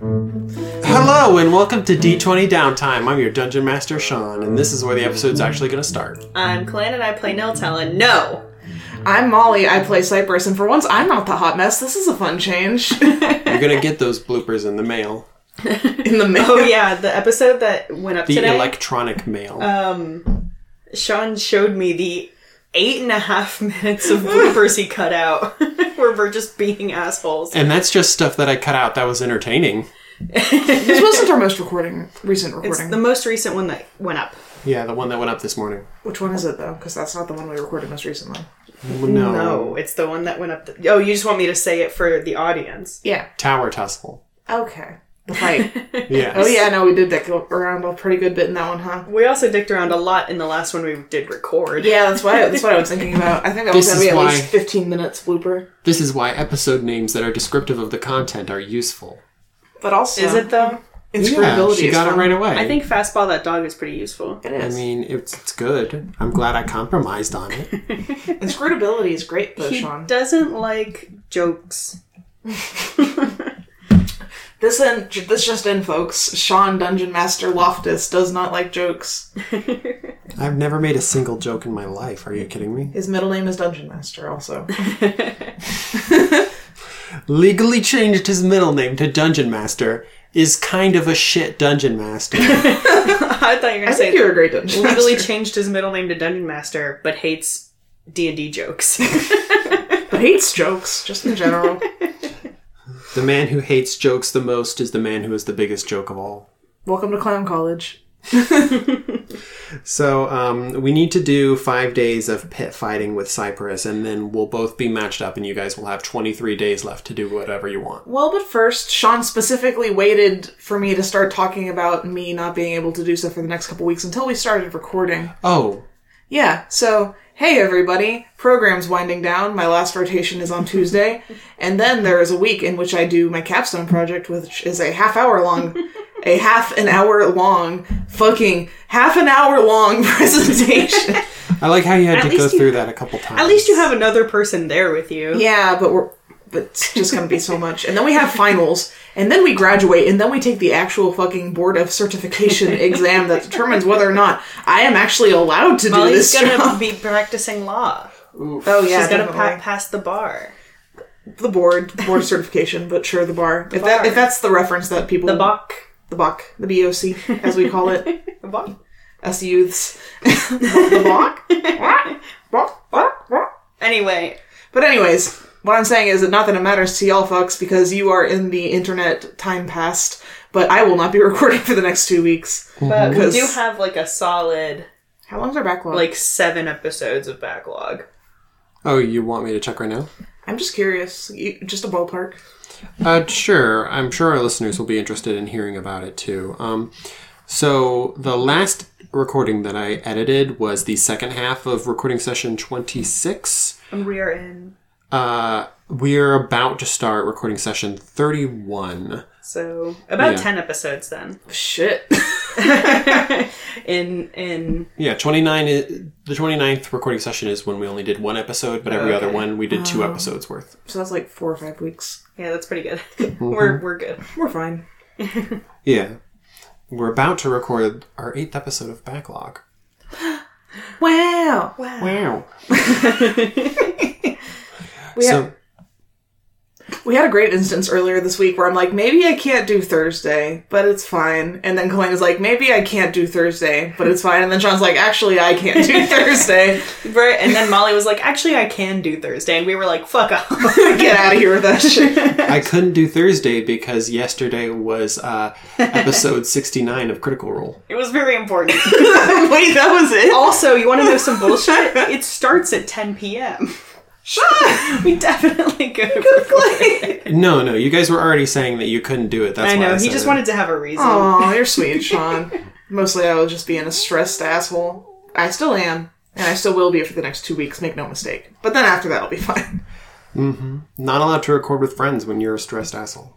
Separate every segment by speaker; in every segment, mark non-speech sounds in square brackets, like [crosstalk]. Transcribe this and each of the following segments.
Speaker 1: Hello and welcome to D20 Downtime. I'm your Dungeon Master Sean, and this is where the episode's actually going to start.
Speaker 2: I'm Clan Um, and I play Niltel and no. [laughs]
Speaker 3: I'm Molly. I play Cypress, and for once, I'm not the hot mess. This is a fun [laughs] change in
Speaker 1: You're going to get those bloopers in the mail,
Speaker 3: the middle.
Speaker 2: Oh yeah, the episode that went up
Speaker 1: the
Speaker 2: today.
Speaker 1: electronic mail.
Speaker 3: Oh.
Speaker 2: um, Sean showed me the eight and a half [laughs] minutes of bloopers he cut out, [laughs] where we're just being assholes.
Speaker 1: and that's just stuff that I cut out that was entertaining.
Speaker 3: This wasn't our most recording recent
Speaker 2: It's
Speaker 3: recording.
Speaker 2: the most recent one that went up.
Speaker 1: Yeah, the one that went up this morning.
Speaker 3: Which one is it though? Because that's not the one we recorded most recently.
Speaker 1: Well, No.
Speaker 2: No, it's the one that went up. The- oh, you just want me to say it for the audience?
Speaker 3: Yeah.
Speaker 1: Tower Tussle.
Speaker 3: Okay. The [laughs] fight.
Speaker 1: Yes.
Speaker 3: oh yeah, no, we did dick around a pretty good bit in that one, huh?
Speaker 2: We also dicked around a lot in the last one we did record.
Speaker 3: Yeah, that's why that's what I was thinking about. I think that was
Speaker 1: This
Speaker 3: gonna be
Speaker 1: is
Speaker 3: at
Speaker 1: why-
Speaker 3: least 15 minutes blooper.
Speaker 1: This is why episode names that are descriptive of the content are useful.
Speaker 3: But also,
Speaker 2: Is it though?
Speaker 1: Yeah,
Speaker 3: Inscrutability.
Speaker 1: she
Speaker 3: is
Speaker 1: got it
Speaker 3: fun.
Speaker 1: right away.
Speaker 2: I think fastball that dog is pretty useful.
Speaker 3: It
Speaker 1: I
Speaker 3: is.
Speaker 1: mean, it's, it's good. I'm glad I compromised on
Speaker 3: [laughs]
Speaker 1: it.
Speaker 3: Inscrutability is great though,
Speaker 2: He
Speaker 3: Sean.
Speaker 2: doesn't like jokes. [laughs]
Speaker 3: This in, this just in, folks. Sean Dungeon Master Loftus does not like jokes.
Speaker 1: I've never made a single joke in my life. Are you kidding me?
Speaker 3: His middle name is Dungeon Master. Also,
Speaker 1: legally changed his middle name to Dungeon Master, is kind of a shit Dungeon
Speaker 2: [laughs]
Speaker 1: Master.
Speaker 2: I thought you were
Speaker 3: I
Speaker 2: gonna
Speaker 3: think
Speaker 2: say
Speaker 3: you're a great Dungeon
Speaker 2: legally
Speaker 3: Master.
Speaker 2: changed his middle name to Dungeon Master, but hates D and D
Speaker 3: [laughs]
Speaker 2: jokes.
Speaker 3: But hates jokes just in [laughs] general.
Speaker 1: the man who hates jokes the most is the man who is the biggest joke of all.
Speaker 3: Welcome to Clown College.
Speaker 1: So, um, we need to do five days of pit fighting with Cyprus, and then we'll both be matched up, and you guys will have 23 days left to do whatever you want.
Speaker 3: Well, but first, Sean specifically waited for me to start talking about me not being able to do so for the next couple weeks until we started recording.
Speaker 1: Oh,
Speaker 3: Yeah, so hey everybody, program's winding down. My last rotation is on Tuesday, and then there is a week in which I do my capstone project, which is a half hour long, a half an hour long, fucking half an hour long [laughs] presentation.
Speaker 1: I like how you had to go
Speaker 2: least you-
Speaker 1: through that a couple times.
Speaker 2: At least you have another person there with you.
Speaker 3: yeah, but we're but it's just gonna be so much, and then we have finals, and then we graduate, and then we take the actual fucking board of certification exam that determines whether or not I am actually allowed to do
Speaker 2: Molly's
Speaker 3: this.
Speaker 2: gonna [laughs]
Speaker 3: job.
Speaker 2: be practicing law.
Speaker 3: oh yeah,
Speaker 2: She's gonna
Speaker 3: definitely.
Speaker 2: pa- pass the bar.
Speaker 3: the board, the board certification, but sure, the bar. if that
Speaker 2: bar.
Speaker 3: if that's the reference that people
Speaker 2: The Bach.
Speaker 3: the BOC, the BOC, as we call it,
Speaker 2: The Bach.
Speaker 3: us youths, [laughs] the BOC, BOC, BOC, BOC.
Speaker 2: Anyway,
Speaker 3: But anyways, what I'm saying is that not that it matters to y'all fucks because you are in the internet time past, but I will not be [laughs] recording for the next two weeks.
Speaker 2: but we
Speaker 3: Because-
Speaker 2: do have like a solid
Speaker 3: How long's our backlog?
Speaker 2: like seven episodes of backlog.
Speaker 1: Oh, you want me to check right now?
Speaker 3: I'm just curious, you, just a ballpark.
Speaker 1: Uh, sure. I'm sure our listeners will be interested in hearing about it too. Um, so the last recording that I edited was the second half of recording session 26.
Speaker 2: And we are in
Speaker 1: Uh, we're about to start recording session 31.
Speaker 2: so about
Speaker 1: Yeah.
Speaker 2: ten episodes then.
Speaker 3: [laughs] Shit.
Speaker 2: In in
Speaker 1: Yeah, 29. i- The 29th recording session is when we only did one episode, but every other one we did two episodes worth.
Speaker 3: so that's like four or five weeks.
Speaker 2: yeah, that's pretty good.
Speaker 3: Mm-hmm.
Speaker 2: we're we're good.
Speaker 3: We're fine.
Speaker 1: Yeah. We're about to record our eighth episode of Backlog.
Speaker 3: Wow.
Speaker 1: Wow.
Speaker 3: We have,
Speaker 1: So,
Speaker 3: We had a great instance earlier this week where I'm like, maybe I can't do Thursday, but it's fine. And then Colleen is like, maybe I can't do Thursday, but it's fine. And then Sean's like, actually, I can't do [laughs] Thursday.
Speaker 2: Right, and then Molly was like, "Actually, I can do Thursday," and we were like, "Fuck off." [laughs]
Speaker 3: Get out of here with that shit.
Speaker 1: I couldn't do Thursday because yesterday was uh, [laughs] episode 69 of Critical Role.
Speaker 2: It was very important.
Speaker 3: Wait, that was it?
Speaker 2: also, you want to know some bullshit? It starts at 10 p.m. We definitely could have recorded.
Speaker 1: No, no, you guys were already saying that you couldn't do it. That's
Speaker 2: I
Speaker 1: why
Speaker 2: know. He
Speaker 1: said
Speaker 2: just
Speaker 1: it.
Speaker 2: wanted to have a reason.
Speaker 3: Aw, you're sweet, Sean. Mostly I was just being a stressed asshole. I still am, and I still will be for the next two weeks, make no mistake. But then after that, I'll be [laughs] fine.
Speaker 1: not allowed to record with friends when you're a stressed asshole.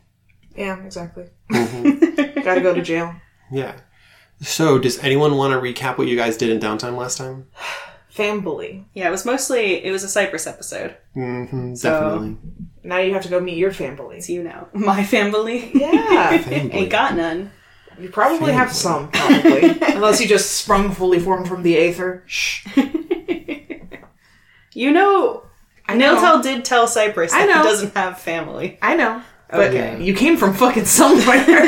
Speaker 3: Yeah, exactly. Gotta go to jail.
Speaker 1: Yeah. So, does anyone want to recap what you guys did in downtime last time?
Speaker 3: Family.
Speaker 2: Yeah, it was mostly it was a Cypress episode.
Speaker 1: Mm-hmm,
Speaker 2: So-
Speaker 1: definitely.
Speaker 3: Now you have to go meet your family.
Speaker 2: It's you now. [laughs] My family.
Speaker 3: Yeah.
Speaker 2: Ain't got none.
Speaker 3: You probably have some, probably. Unless you just sprung fully formed from the aether. Shh.
Speaker 2: You know,
Speaker 3: I know.
Speaker 2: Niltel did tell Cyprus
Speaker 3: I
Speaker 2: that he
Speaker 3: know.
Speaker 2: doesn't have family.
Speaker 3: I know. But
Speaker 1: Okay.
Speaker 3: you came from fucking somewhere.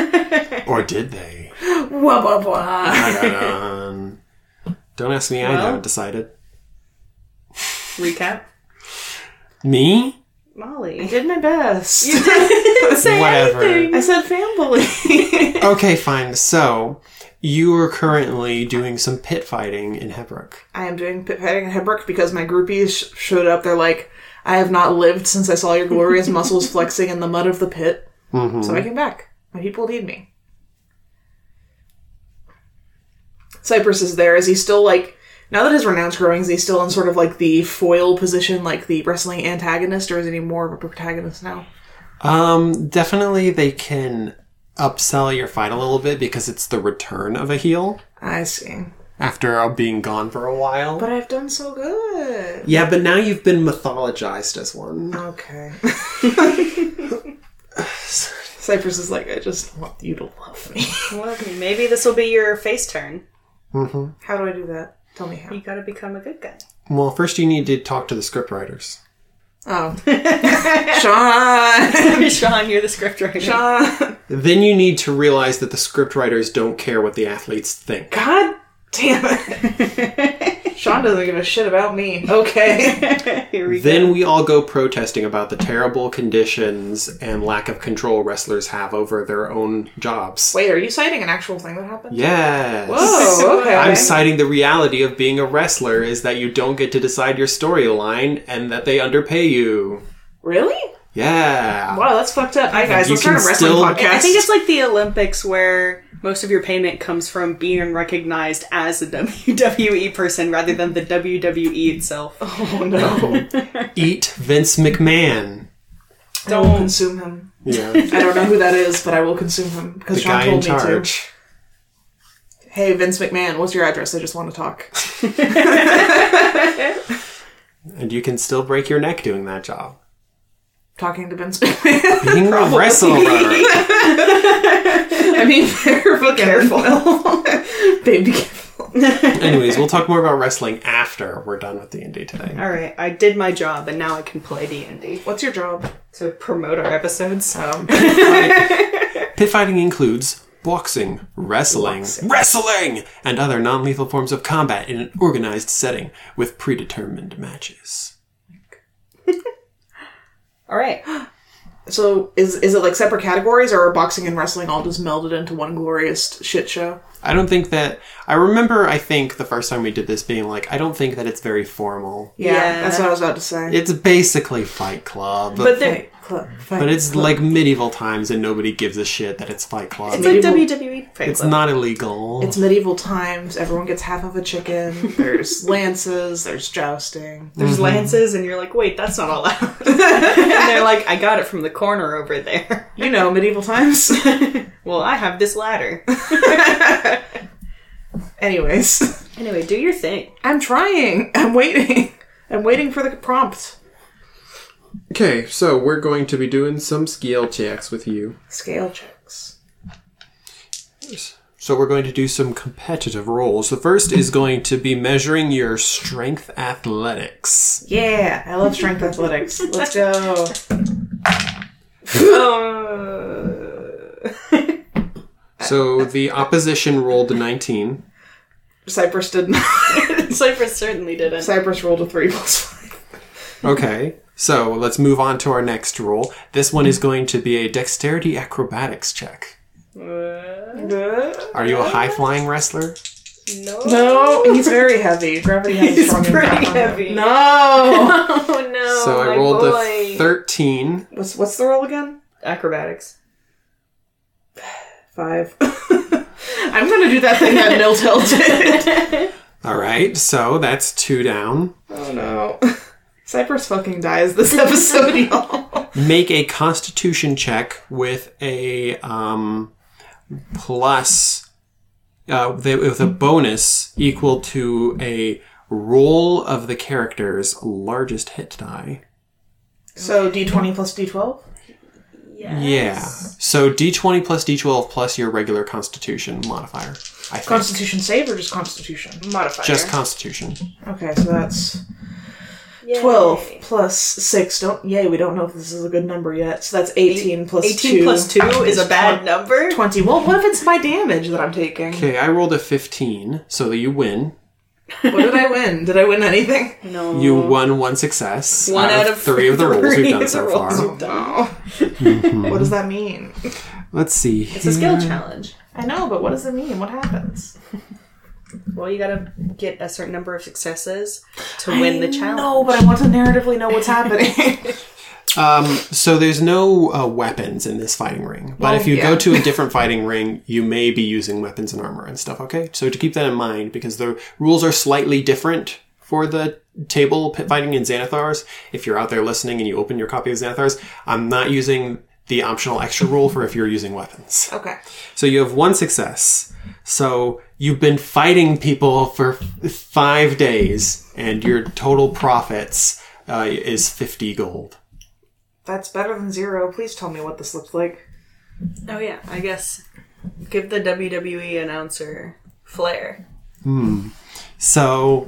Speaker 1: Or did they?
Speaker 3: [laughs] Wah, wah, wah.
Speaker 1: [laughs] Um, don't ask me. I
Speaker 2: Well.
Speaker 1: haven't decided.
Speaker 2: Recap.
Speaker 1: Me?
Speaker 3: I
Speaker 2: Molly.
Speaker 3: did my best.
Speaker 2: Say
Speaker 1: Whatever.
Speaker 3: I
Speaker 2: anything.
Speaker 3: said family.
Speaker 1: Okay, fine. So you are currently doing some pit fighting in Hebrook.
Speaker 3: I am doing pit fighting in Hebrook because my groupies sh- showed up. They're like, I have not lived since I saw your glorious muscles flexing in the mud of the pit. So I came back. My people need me. Cypress is there. Is he still like, now that his renown's growing, is he still in sort of like the foil position, like the wrestling antagonist, or is he more of a protagonist now?
Speaker 1: Um, definitely they can upsell your fight a little bit because it's the return of a heel
Speaker 3: I see.
Speaker 1: after being gone for a while.
Speaker 3: But I've done so good.
Speaker 1: yeah, but now you've been mythologized as one.
Speaker 3: Okay. [laughs] Cypress is like, I just want you to love me.
Speaker 2: [laughs] Well, maybe this will be your face turn.
Speaker 3: How do I do that? Tell me how.
Speaker 2: You gotta become a good guy. [laughs]
Speaker 1: Well, first you need to talk to the scriptwriters.
Speaker 3: [laughs] Oh. Sean!
Speaker 2: Sean, you're the scriptwriter.
Speaker 3: Sean!
Speaker 1: Then you need to realize that the scriptwriters don't care what the athletes think.
Speaker 3: [laughs] God damn it. Sean doesn't give a shit about me. Okay.
Speaker 2: Here we
Speaker 1: Then we all go protesting about the terrible conditions and lack of control wrestlers have over their own jobs.
Speaker 3: [laughs] Wait, are you citing an actual thing that happened?
Speaker 1: Yes. [laughs]
Speaker 3: Oh, okay.
Speaker 1: I'm citing the reality of being a wrestler is that you don't get to decide your storyline and that they underpay you.
Speaker 3: Really?
Speaker 1: Yeah.
Speaker 3: Wow, that's fucked up. Hi, guys.
Speaker 1: You
Speaker 3: Let's start a
Speaker 1: can
Speaker 3: wrestling
Speaker 1: still-
Speaker 3: podcast.
Speaker 2: I think it's like the Olympics where most of your payment comes from being recognized as a [laughs] WWE person rather than the WWE itself.
Speaker 3: [laughs] Oh, [laughs] no.
Speaker 1: [laughs] Eat Vince McMahon.
Speaker 3: I will consume him. [laughs]
Speaker 1: Yeah.
Speaker 3: I don't know who that is, but I will consume him because
Speaker 1: the
Speaker 3: Sean
Speaker 1: guy
Speaker 3: told
Speaker 1: in
Speaker 3: me
Speaker 1: charge.
Speaker 3: to. Hey, Vince McMahon, what's your address? I just want to talk.
Speaker 1: And you can still break your neck doing that job.
Speaker 3: Talking to Vince McMahon.
Speaker 1: Being a wrestler.
Speaker 3: [laughs] I mean, [laughs] they're fucking [laughs] careful. Baby, careful.
Speaker 1: Anyways, we'll talk more about wrestling after we're done with D&D today.
Speaker 2: All right, I did my job and now I can play D&D.
Speaker 3: What's your job?
Speaker 2: So promote our episodes.
Speaker 3: Um,
Speaker 1: Pit fighting includes boxing, wrestling, wrestling, and other non-lethal forms of combat in an organized setting with predetermined matches.
Speaker 2: All right.
Speaker 3: so is is it like separate categories, or are boxing and wrestling all just melded into one glorious shit show?
Speaker 1: I don't think that I remember I think the first time we did this being like I don't think that it's very formal.
Speaker 3: Yeah,
Speaker 2: Yeah.
Speaker 3: that's what I was about to say.
Speaker 1: It's basically Fight Club.
Speaker 2: But there,
Speaker 3: Club,
Speaker 1: but it's like medieval times and nobody gives a shit that it's Fight Club.
Speaker 2: it's
Speaker 1: It's,
Speaker 2: like
Speaker 3: medieval-
Speaker 2: WWE fan club.
Speaker 1: not illegal.
Speaker 3: it's medieval times. Everyone gets half of
Speaker 2: [laughs]
Speaker 3: a chicken. There's lances. There's jousting.
Speaker 2: There's lances and you're like, wait, that's not allowed. [laughs] and they're like, I got it from the corner over there. [laughs]
Speaker 3: You know, medieval times.
Speaker 2: Well, I have this ladder. [laughs]
Speaker 3: Anyways,
Speaker 2: anyway, do your thing. [laughs]
Speaker 3: I'm trying. I'm waiting. I'm waiting for the prompt.
Speaker 1: okay, so we're going to be doing some skill checks with you.
Speaker 3: Scale checks.
Speaker 1: So we're going to do some competitive roles. The first is going to be measuring your strength athletics.
Speaker 3: Yeah, I love strength athletics. Let's
Speaker 2: [laughs]
Speaker 3: go.
Speaker 1: So the opposition rolled a 19.
Speaker 3: Cypress did not. [laughs]
Speaker 2: Cypress certainly didn't.
Speaker 3: Cypress rolled a three plus five.
Speaker 1: Okay. So let's move on to our next roll. This one is going to be a dexterity acrobatics check. Are you a high flying wrestler?
Speaker 2: no.
Speaker 3: No, [laughs] he's very heavy. Gravity has a
Speaker 2: He's
Speaker 3: strong impact
Speaker 2: pretty
Speaker 3: on him.
Speaker 2: heavy.
Speaker 3: No.
Speaker 2: Oh [laughs] no.
Speaker 1: so I
Speaker 2: my
Speaker 1: rolled
Speaker 2: boy.
Speaker 1: a 13.
Speaker 3: what's what's the roll again?
Speaker 2: acrobatics.
Speaker 3: Five. [laughs] I'm gonna do that thing that Niltel did.
Speaker 1: All right. So that's two down.
Speaker 3: Oh no. Cypress fucking dies this episode, [laughs] y'all.
Speaker 1: Make a constitution check with a um, plus, uh, th- with a bonus equal to a roll of the character's largest hit die.
Speaker 3: So d20 plus d12?
Speaker 1: Yeah. So d20 plus d12 plus your regular constitution modifier. I think.
Speaker 3: Constitution save or just constitution?
Speaker 2: Modifier.
Speaker 1: Just constitution.
Speaker 3: Okay, so that's
Speaker 4: Yay.
Speaker 3: 12 plus 6. Don't Yay, we don't know if this is a good number yet. So that's 18 plus
Speaker 2: 18
Speaker 3: 2.
Speaker 2: plus 2 is a bad
Speaker 3: twen-
Speaker 2: number.
Speaker 3: 20. Well, what if it's my damage that I'm taking?
Speaker 1: Okay, I rolled a 15, so you win.
Speaker 3: What did I win? Did I win anything?
Speaker 2: No.
Speaker 1: You won one success.
Speaker 2: One out of
Speaker 1: three of the rolls
Speaker 2: [laughs] three
Speaker 1: we've done
Speaker 2: of the
Speaker 1: so
Speaker 2: rolls
Speaker 1: far.
Speaker 2: we've done.
Speaker 3: What does that mean?
Speaker 1: Let's see.
Speaker 4: It's a skill challenge.
Speaker 3: I know, but what does it mean? What happens?
Speaker 2: Well, you gotta get a certain number of successes to win the challenge.
Speaker 3: No, but I want to narratively know what's happening.
Speaker 1: [laughs] Um, so there's no uh, weapons in this fighting ring, but if you
Speaker 3: yeah.
Speaker 1: go to a different fighting ring, you may be using weapons and armor and stuff. Okay, so to keep that in mind, because the rules are slightly different for the table pit fighting in Xanathars. If you're out there listening and you open your copy of Xanathars, I'm not using the optional extra rule for if you're using weapons.
Speaker 3: okay.
Speaker 1: So you have one success. So you've been fighting people for f- five days, and your total profits uh, is 50 gold.
Speaker 3: That's better than zero. Please tell me what this looks like.
Speaker 2: Oh yeah, I guess give the WWE announcer flair.
Speaker 1: So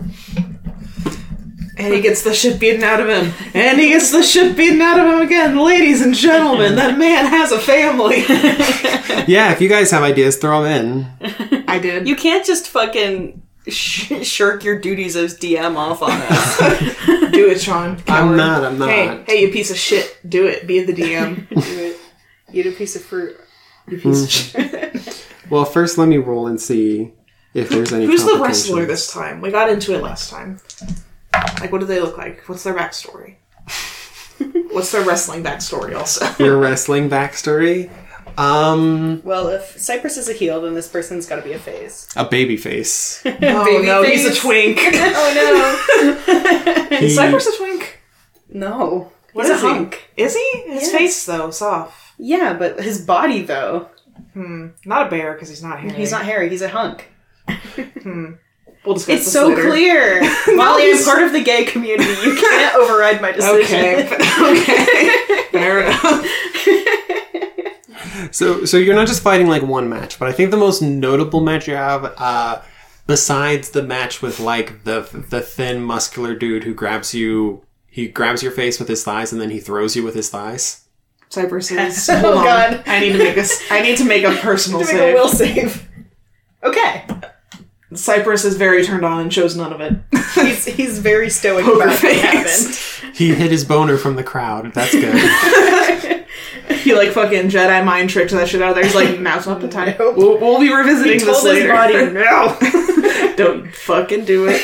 Speaker 3: And he gets the shit beaten out of him. And he gets the shit beaten out of him again. Ladies and gentlemen, that man has
Speaker 1: [laughs]
Speaker 3: a family.
Speaker 1: yeah, if you guys have ideas, throw them in.
Speaker 3: I did.
Speaker 2: You can't just fucking sh- shirk your duties as DM off on us. [laughs]
Speaker 3: [laughs] do it, Sean.
Speaker 1: I'm not. I'm not.
Speaker 3: Hey, hey, you piece of shit. Do it. Be the DM.
Speaker 2: Do it. Eat a piece of fruit.
Speaker 3: You piece
Speaker 1: [laughs]
Speaker 3: of shit.
Speaker 1: Well, first let me roll and see if there's any.
Speaker 3: Who's the
Speaker 1: complications.
Speaker 3: wrestler this time? We got into it last time. Like, what do they look like? What's their
Speaker 1: [laughs]
Speaker 3: backstory? What's their wrestling backstory also?
Speaker 1: Your wrestling backstory. Um,
Speaker 2: Well, if Cypress is a heel, then this person's got to be a
Speaker 3: [laughs]
Speaker 2: face.
Speaker 1: a baby face.
Speaker 3: Oh
Speaker 2: [laughs] Baby
Speaker 3: no, he's a
Speaker 2: face. [laughs]
Speaker 3: twink.
Speaker 2: Oh
Speaker 1: He-
Speaker 3: Cypher's a twink.
Speaker 2: no, [laughs] no.
Speaker 3: What
Speaker 2: He's
Speaker 3: is
Speaker 2: a hunk.
Speaker 3: he? Is he? His
Speaker 2: Yes.
Speaker 3: face though, soft.
Speaker 2: Yeah, but his body though.
Speaker 3: Not a bear because he's not hairy.
Speaker 2: He's not hairy. He's a hunk.
Speaker 3: We'll discuss
Speaker 2: It's
Speaker 3: this
Speaker 2: so
Speaker 3: later. [laughs]
Speaker 2: clear. Molly, I'm
Speaker 3: he's-
Speaker 2: part of the gay community.
Speaker 3: [laughs]
Speaker 2: You can't override my decision.
Speaker 3: Okay.
Speaker 2: [laughs]
Speaker 3: [laughs] okay. Fair enough.
Speaker 1: So, so you're not just fighting like one match, but I think the most notable match you have, uh, besides the match with like the the thin muscular dude who grabs you, he grabs your face with his thighs and then he throws you with his thighs.
Speaker 2: [laughs]
Speaker 3: Cypress is. Hold on.
Speaker 2: Oh, God.
Speaker 3: I need to make a. s- I need to
Speaker 2: [laughs]
Speaker 3: make a personal
Speaker 2: Make
Speaker 3: save.
Speaker 2: a will save. Okay.
Speaker 3: Cypress is very turned on and shows none of it.
Speaker 2: He's he's very stoic
Speaker 3: Poker
Speaker 2: about what
Speaker 3: face.
Speaker 2: happened.
Speaker 1: He hid his boner from the crowd. That's good.
Speaker 3: he like fucking Jedi mind tricked that shit out of there. He's like, now's not [laughs] the time. We'll, we'll be revisiting
Speaker 2: He
Speaker 3: this
Speaker 2: told his
Speaker 3: later. [laughs]
Speaker 2: body no.
Speaker 3: Don't fucking do it.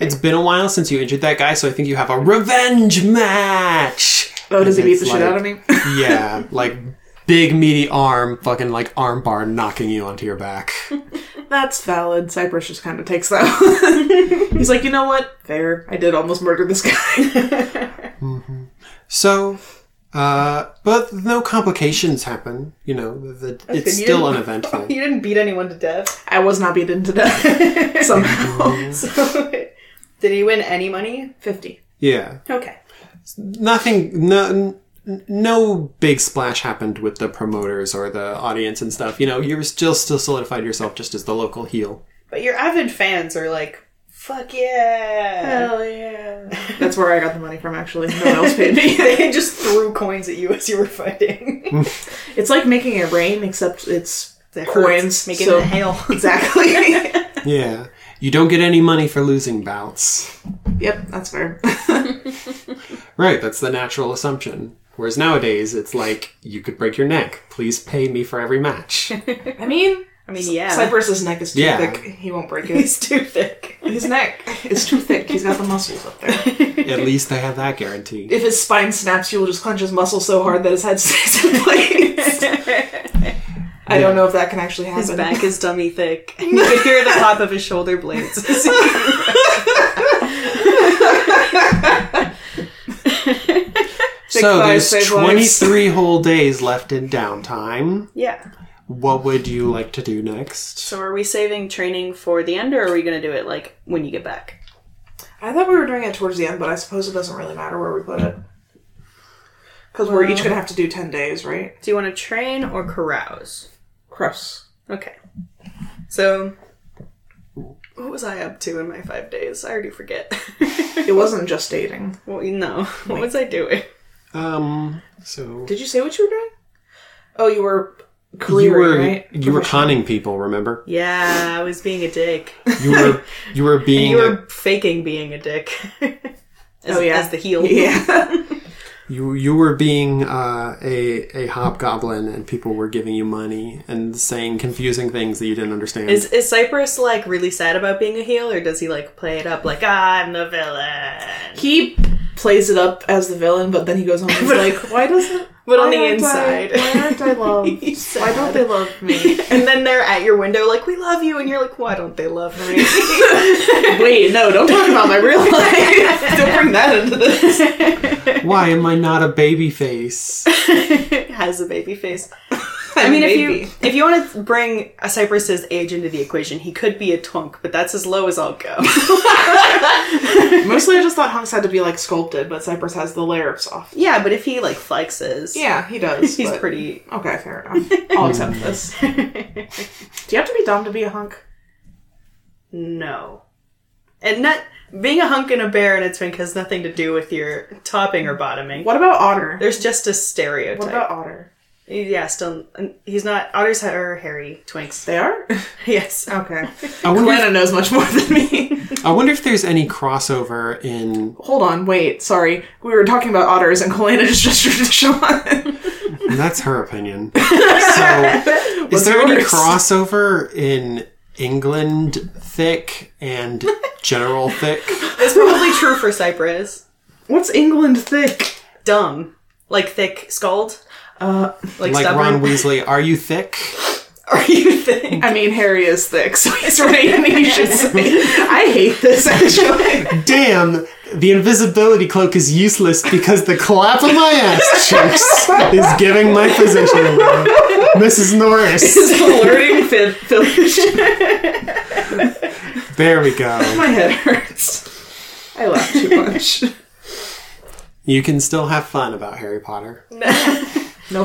Speaker 1: It's been a while since you injured that guy, so I think you have a revenge match.
Speaker 3: [laughs] Oh, does he
Speaker 1: And
Speaker 3: beat
Speaker 1: it's
Speaker 3: the shit
Speaker 1: like-
Speaker 3: out of me?
Speaker 1: [laughs] yeah, like big meaty arm, fucking like arm bar knocking you onto your
Speaker 3: [laughs]
Speaker 1: back.
Speaker 3: [laughs] That's valid. Cypress just kind of takes that. [laughs] He's like, you know what? Fair. I did almost murder this guy. [laughs]
Speaker 1: So, uh, but no complications happen. You know, the, it's
Speaker 2: good. [laughs] You
Speaker 1: still
Speaker 2: didn't-
Speaker 3: [laughs]
Speaker 1: uneventful.
Speaker 2: He didn't beat anyone to death.
Speaker 3: I was not beaten to death [laughs]
Speaker 2: [laughs]
Speaker 3: somehow.
Speaker 2: So did he win any money?
Speaker 3: Fifty.
Speaker 1: Yeah,
Speaker 2: Okay.
Speaker 1: nothing. No, n- no big splash happened with the promoters or the audience and stuff. You know, you're still still solidified yourself just as the local
Speaker 3: [laughs]
Speaker 1: heel.
Speaker 2: But your avid fans are like, fuck yeah. [laughs]
Speaker 3: [laughs] yeah. That's where I got the money from. Actually, no one else [laughs] paid me.
Speaker 2: They just threw coins at you as you were fighting.
Speaker 3: It's like making it rain, except it's
Speaker 2: That
Speaker 3: [laughs] coins.
Speaker 2: hurts, making
Speaker 3: so-
Speaker 2: it hail.
Speaker 3: [laughs]
Speaker 2: [laughs]
Speaker 3: Exactly.
Speaker 1: Yeah, you don't get any money for losing bouts.
Speaker 3: Yep, that's fair.
Speaker 1: Right, that's the natural assumption. Whereas nowadays, it's like, you could break your neck. Please pay me for every match.
Speaker 3: I mean,
Speaker 2: I mean, yeah.
Speaker 3: Cypress's neck is too
Speaker 1: Yeah.
Speaker 3: thick. He won't break it. [laughs]
Speaker 2: He's too thick.
Speaker 3: His
Speaker 2: [laughs]
Speaker 3: neck is too thick. He's got the muscles up there.
Speaker 1: At least they have that guarantee.
Speaker 3: [laughs] If his spine snaps, he will just clench his muscles so hard that his head stays in [laughs] place. I don't know if that can actually happen.
Speaker 2: His back is dummy [laughs] thick. You could hear the pop of his shoulder blades.
Speaker 3: Thick
Speaker 1: so
Speaker 3: thighs
Speaker 1: there's
Speaker 3: save lives.
Speaker 1: 23 whole days left in downtime.
Speaker 2: [laughs] yeah.
Speaker 1: What would you like to do next?
Speaker 2: So are we saving training for the end, or are we going to do it like when you get back?
Speaker 3: I thought we were doing it towards the end, but I suppose it doesn't really matter where we put it. Because we're each gonna have to do ten days, right?
Speaker 2: Do you want to train or carouse?
Speaker 3: Cross.
Speaker 2: Okay. So, what was I up to in my five days? I already forget. [laughs]
Speaker 3: It wasn't just dating.
Speaker 2: well, no. What was I doing?
Speaker 1: Um, so
Speaker 3: Did you say what you were doing? Oh, you were
Speaker 1: you
Speaker 3: careering,
Speaker 1: were
Speaker 3: right?
Speaker 1: you were
Speaker 3: Professional.
Speaker 1: conning people. Remember,
Speaker 2: Yeah, I was being a dick.
Speaker 1: you were you were being
Speaker 2: you
Speaker 1: you,
Speaker 2: were faking being a dick. as,
Speaker 3: Oh, yeah.
Speaker 2: As the heel.
Speaker 3: [laughs] Yeah.
Speaker 1: you you were being uh, a a hobgoblin, and people were giving you money and saying confusing things that you didn't understand.
Speaker 2: Is, is Cyprus like really sad about being a heel, or does he like play it up like "Ah, I'm the villain,
Speaker 3: he plays it up as the villain, [laughs] but then he goes on and he's like, "Why doesn't?
Speaker 2: but on
Speaker 3: why
Speaker 2: the
Speaker 3: aren't
Speaker 2: inside?
Speaker 3: I, why aren't I [laughs] loved? why don't they love [laughs] me?
Speaker 2: and then they're at your window like we love you, and you're like why don't they love me? [laughs]
Speaker 3: Wait, no, don't talk about my [laughs] real life. don't bring that into this.
Speaker 1: Why am I not a baby face?
Speaker 2: [laughs] Has a baby face. I mean,
Speaker 3: Maybe.
Speaker 2: if you if you want to bring a Cyprus's age into the equation, he could be a twunk, but that's as low as I'll go. [laughs]
Speaker 3: Mostly, I just thought hunks had to be like sculpted, but Cypress has the layer of soft.
Speaker 2: yeah, but if he like flexes,
Speaker 3: Yeah, he [laughs] does.
Speaker 2: he's
Speaker 3: but-
Speaker 2: pretty
Speaker 3: Okay, fair [laughs] enough. I'll accept this. [laughs] Do you have to be dumb to be a hunk?
Speaker 2: No. And not being a hunk and a bear and a twink has nothing to do with your topping or bottoming.
Speaker 3: What about otter?
Speaker 2: There's just a stereotype.
Speaker 3: What about otter?
Speaker 2: yeah, still, and he's not. Otters are hairy twinks. [laughs]
Speaker 3: They are.
Speaker 2: Yes.
Speaker 3: [laughs] Okay.
Speaker 1: I wonder, if,
Speaker 3: Glenna knows much more than me.
Speaker 1: I wonder if there's any crossover in.
Speaker 3: Hold on, wait. Sorry, we were talking about otters, and Kalana just [laughs] gestured to Sean.
Speaker 1: That's her
Speaker 3: [laughs]
Speaker 1: opinion. So, is
Speaker 3: What's
Speaker 1: there any
Speaker 3: yours?
Speaker 1: crossover in England thick and general
Speaker 3: [laughs]
Speaker 1: thick?
Speaker 2: It's probably true for Cypress.
Speaker 3: What's England thick?
Speaker 2: Dumb. Like thick skulled.
Speaker 3: Uh,
Speaker 2: Like,
Speaker 1: Like Ron
Speaker 2: stubborn.
Speaker 1: Weasley, are you thick?
Speaker 2: [laughs] are you thick?
Speaker 3: I mean, Harry is thick, so he's right, and [laughs] he should say. I hate this actually.
Speaker 1: Damn, the invisibility cloak is useless because the clap of my ass cheeks is giving my position away. Mrs. Norris.
Speaker 3: [laughs] This flirting fit
Speaker 1: There we go.
Speaker 3: My head hurts. I laugh too much.
Speaker 1: You can still have fun about Harry Potter.
Speaker 3: No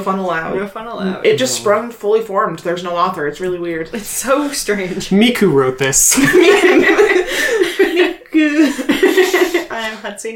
Speaker 3: fun
Speaker 2: No
Speaker 3: allowed.
Speaker 2: fun allowed.
Speaker 3: It just sprung fully formed. There's no author. It's really weird.
Speaker 2: it's so [laughs] strange.
Speaker 1: Miku wrote this.
Speaker 3: [laughs]
Speaker 2: I'm Hatsune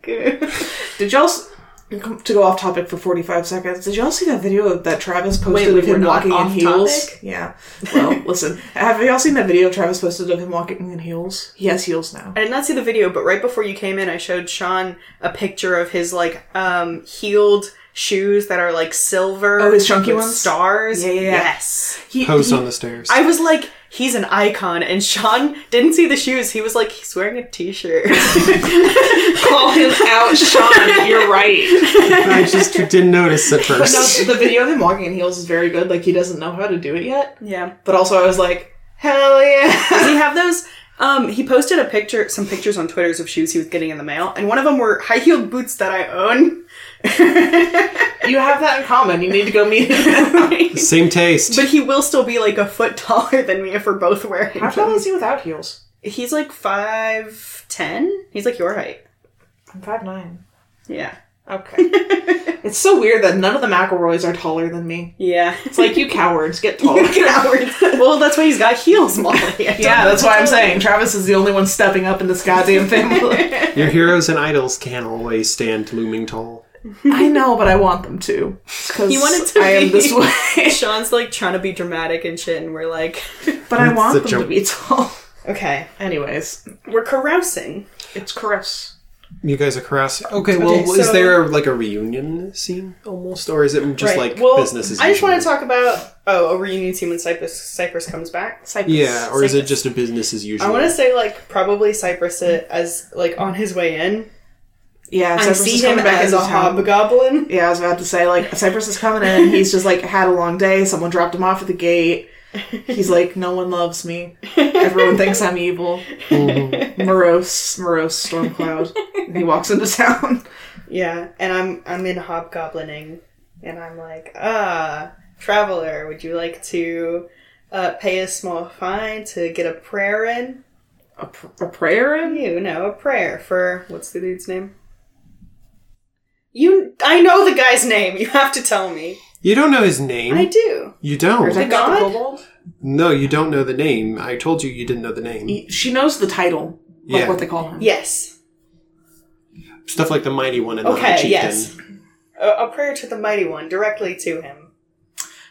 Speaker 2: Miku.
Speaker 3: Did y'all s- to go off topic for 45 seconds? Did y'all see that video of- that Travis posted
Speaker 2: Wait, we
Speaker 3: of
Speaker 2: were
Speaker 3: him
Speaker 2: not
Speaker 3: walking in
Speaker 2: off
Speaker 3: heels?
Speaker 2: topic?
Speaker 3: Yeah. [laughs] Well, listen. Have y'all seen that video Travis posted of him walking in heels? He has heels now.
Speaker 2: I did not see the video, but right before you came in, I showed Sean a picture of his like um heeled shoes that are like silver.
Speaker 3: Oh, his chunky
Speaker 2: with
Speaker 3: ones?
Speaker 2: Stars.
Speaker 3: Yeah, yeah, yeah.
Speaker 2: Yes.
Speaker 3: He,
Speaker 1: Post
Speaker 3: he-
Speaker 1: on the stairs.
Speaker 2: I was like, he's an icon, and Sean [laughs] didn't see the shoes. He was like, he's wearing a [laughs] t-shirt.
Speaker 3: call him [laughs] out, Sean. You're right.
Speaker 1: I just didn't notice at first.
Speaker 3: No, the video of him walking in heels is very good. Like, he doesn't know how to do it yet.
Speaker 2: yeah.
Speaker 3: But also, I was like, hell yeah. [laughs]
Speaker 2: Does he have those? Um, he posted a picture, some pictures on Twitter's of shoes he was getting in the mail, and one of them were high-heeled boots that I own. [laughs]
Speaker 3: you have that in common. You need to go meet him. [laughs]
Speaker 1: Same taste.
Speaker 2: But he will still be like a foot [laughs] taller than me if we're both wearing.
Speaker 3: how
Speaker 2: them.
Speaker 3: tall is he without heels?
Speaker 2: He's like five ten. He's like your height.
Speaker 3: I'm 5'9.
Speaker 2: Yeah.
Speaker 3: Okay. [laughs] it's so weird that none of the McElroys are taller than me.
Speaker 2: Yeah. [laughs]
Speaker 3: It's like you cowards get taller.
Speaker 2: well, that's why he's got heels, Molly.
Speaker 3: yeah, [laughs] that's why I'm saying Travis is the only one stepping up in this goddamn family. [laughs]
Speaker 1: Your heroes and idols can't always stand looming tall.
Speaker 3: I know, but I want them to. Because
Speaker 2: He wanted to
Speaker 3: I am
Speaker 2: be-
Speaker 3: this way.
Speaker 2: [laughs] Sean's like trying to be dramatic and shit, and we're like,
Speaker 3: but I want
Speaker 1: the
Speaker 3: them to
Speaker 1: joke.
Speaker 3: be tall. [laughs]
Speaker 2: okay,
Speaker 3: Anyways,
Speaker 2: we're carousing.
Speaker 3: it's Chris.
Speaker 1: You guys are crossing. Okay, well,
Speaker 2: Okay,
Speaker 1: is
Speaker 2: so-
Speaker 1: there like a reunion scene almost, or is it just
Speaker 2: Right,
Speaker 1: like
Speaker 2: well,
Speaker 1: business as
Speaker 2: I just
Speaker 1: usual?
Speaker 2: want to talk about oh a reunion scene when Cypress Cypress comes back. Cypress.
Speaker 1: Yeah, or is it
Speaker 2: Cypress.
Speaker 1: just a business as usual?
Speaker 2: I want to say like probably Cypress uh, as like on his way in.
Speaker 3: Yeah,
Speaker 2: I
Speaker 3: Cypress
Speaker 2: see
Speaker 3: is
Speaker 2: him
Speaker 3: coming back
Speaker 2: as a
Speaker 3: into town.
Speaker 2: hobgoblin.
Speaker 3: Yeah, I was about to say, like, Cypress is coming in. He's just, like, had a long day. Someone dropped him off at the gate. He's like, no one loves me. Everyone thinks I'm evil.
Speaker 1: Mm-hmm.
Speaker 3: morose, morose Stormcloud. And he walks into town.
Speaker 2: Yeah, and I'm I'm in hobgoblining, and I'm like, ah, traveler, would you like to uh, pay a small fine to get a prayer in?
Speaker 3: A, pr- a prayer in?
Speaker 2: You know, a prayer for what's the dude's name? You, I know the guy's name. You have to tell me.
Speaker 1: You don't know his name.
Speaker 2: I do.
Speaker 1: You don't.
Speaker 3: Protect
Speaker 2: God?
Speaker 3: kobold?
Speaker 1: no, you don't know the name. I told you you didn't know the name.
Speaker 3: She knows the title, like
Speaker 1: Yeah.
Speaker 3: what they call him.
Speaker 2: Yes.
Speaker 1: Stuff like the mighty one and the high
Speaker 2: Okay.
Speaker 1: chieftain.
Speaker 2: Yes. A, a prayer to the mighty one, directly to him.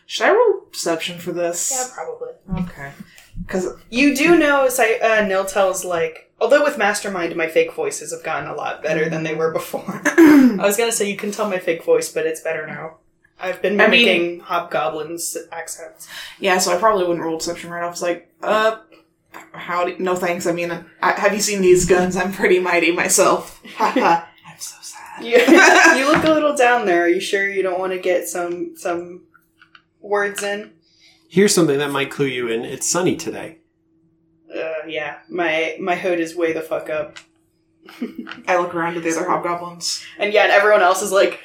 Speaker 3: Should I roll perception for this?
Speaker 2: probably.
Speaker 3: Okay. Because
Speaker 2: You do know, Cy- uh, Niltel's like, although with Mastermind, my fake voices have gotten a lot better than they were before. [laughs] I was gonna say you can tell my fake voice, but it's better now. I've been
Speaker 3: I mean-
Speaker 2: mimicking hobgoblins accents.
Speaker 3: yeah, so I probably wouldn't roll deception right off. It's like, uh, how do no thanks. I mean, I, have you seen these guns? I'm pretty mighty myself. [laughs] Haha. I'm so sad.
Speaker 2: You, [laughs] you look a little down there. Are you sure you don't want to get some some words in?
Speaker 1: Here's something that might clue you in. It's sunny today.
Speaker 2: Uh, yeah, my my hood is way the fuck up,
Speaker 3: I look around at the other hobgoblins.
Speaker 2: and yet everyone else is like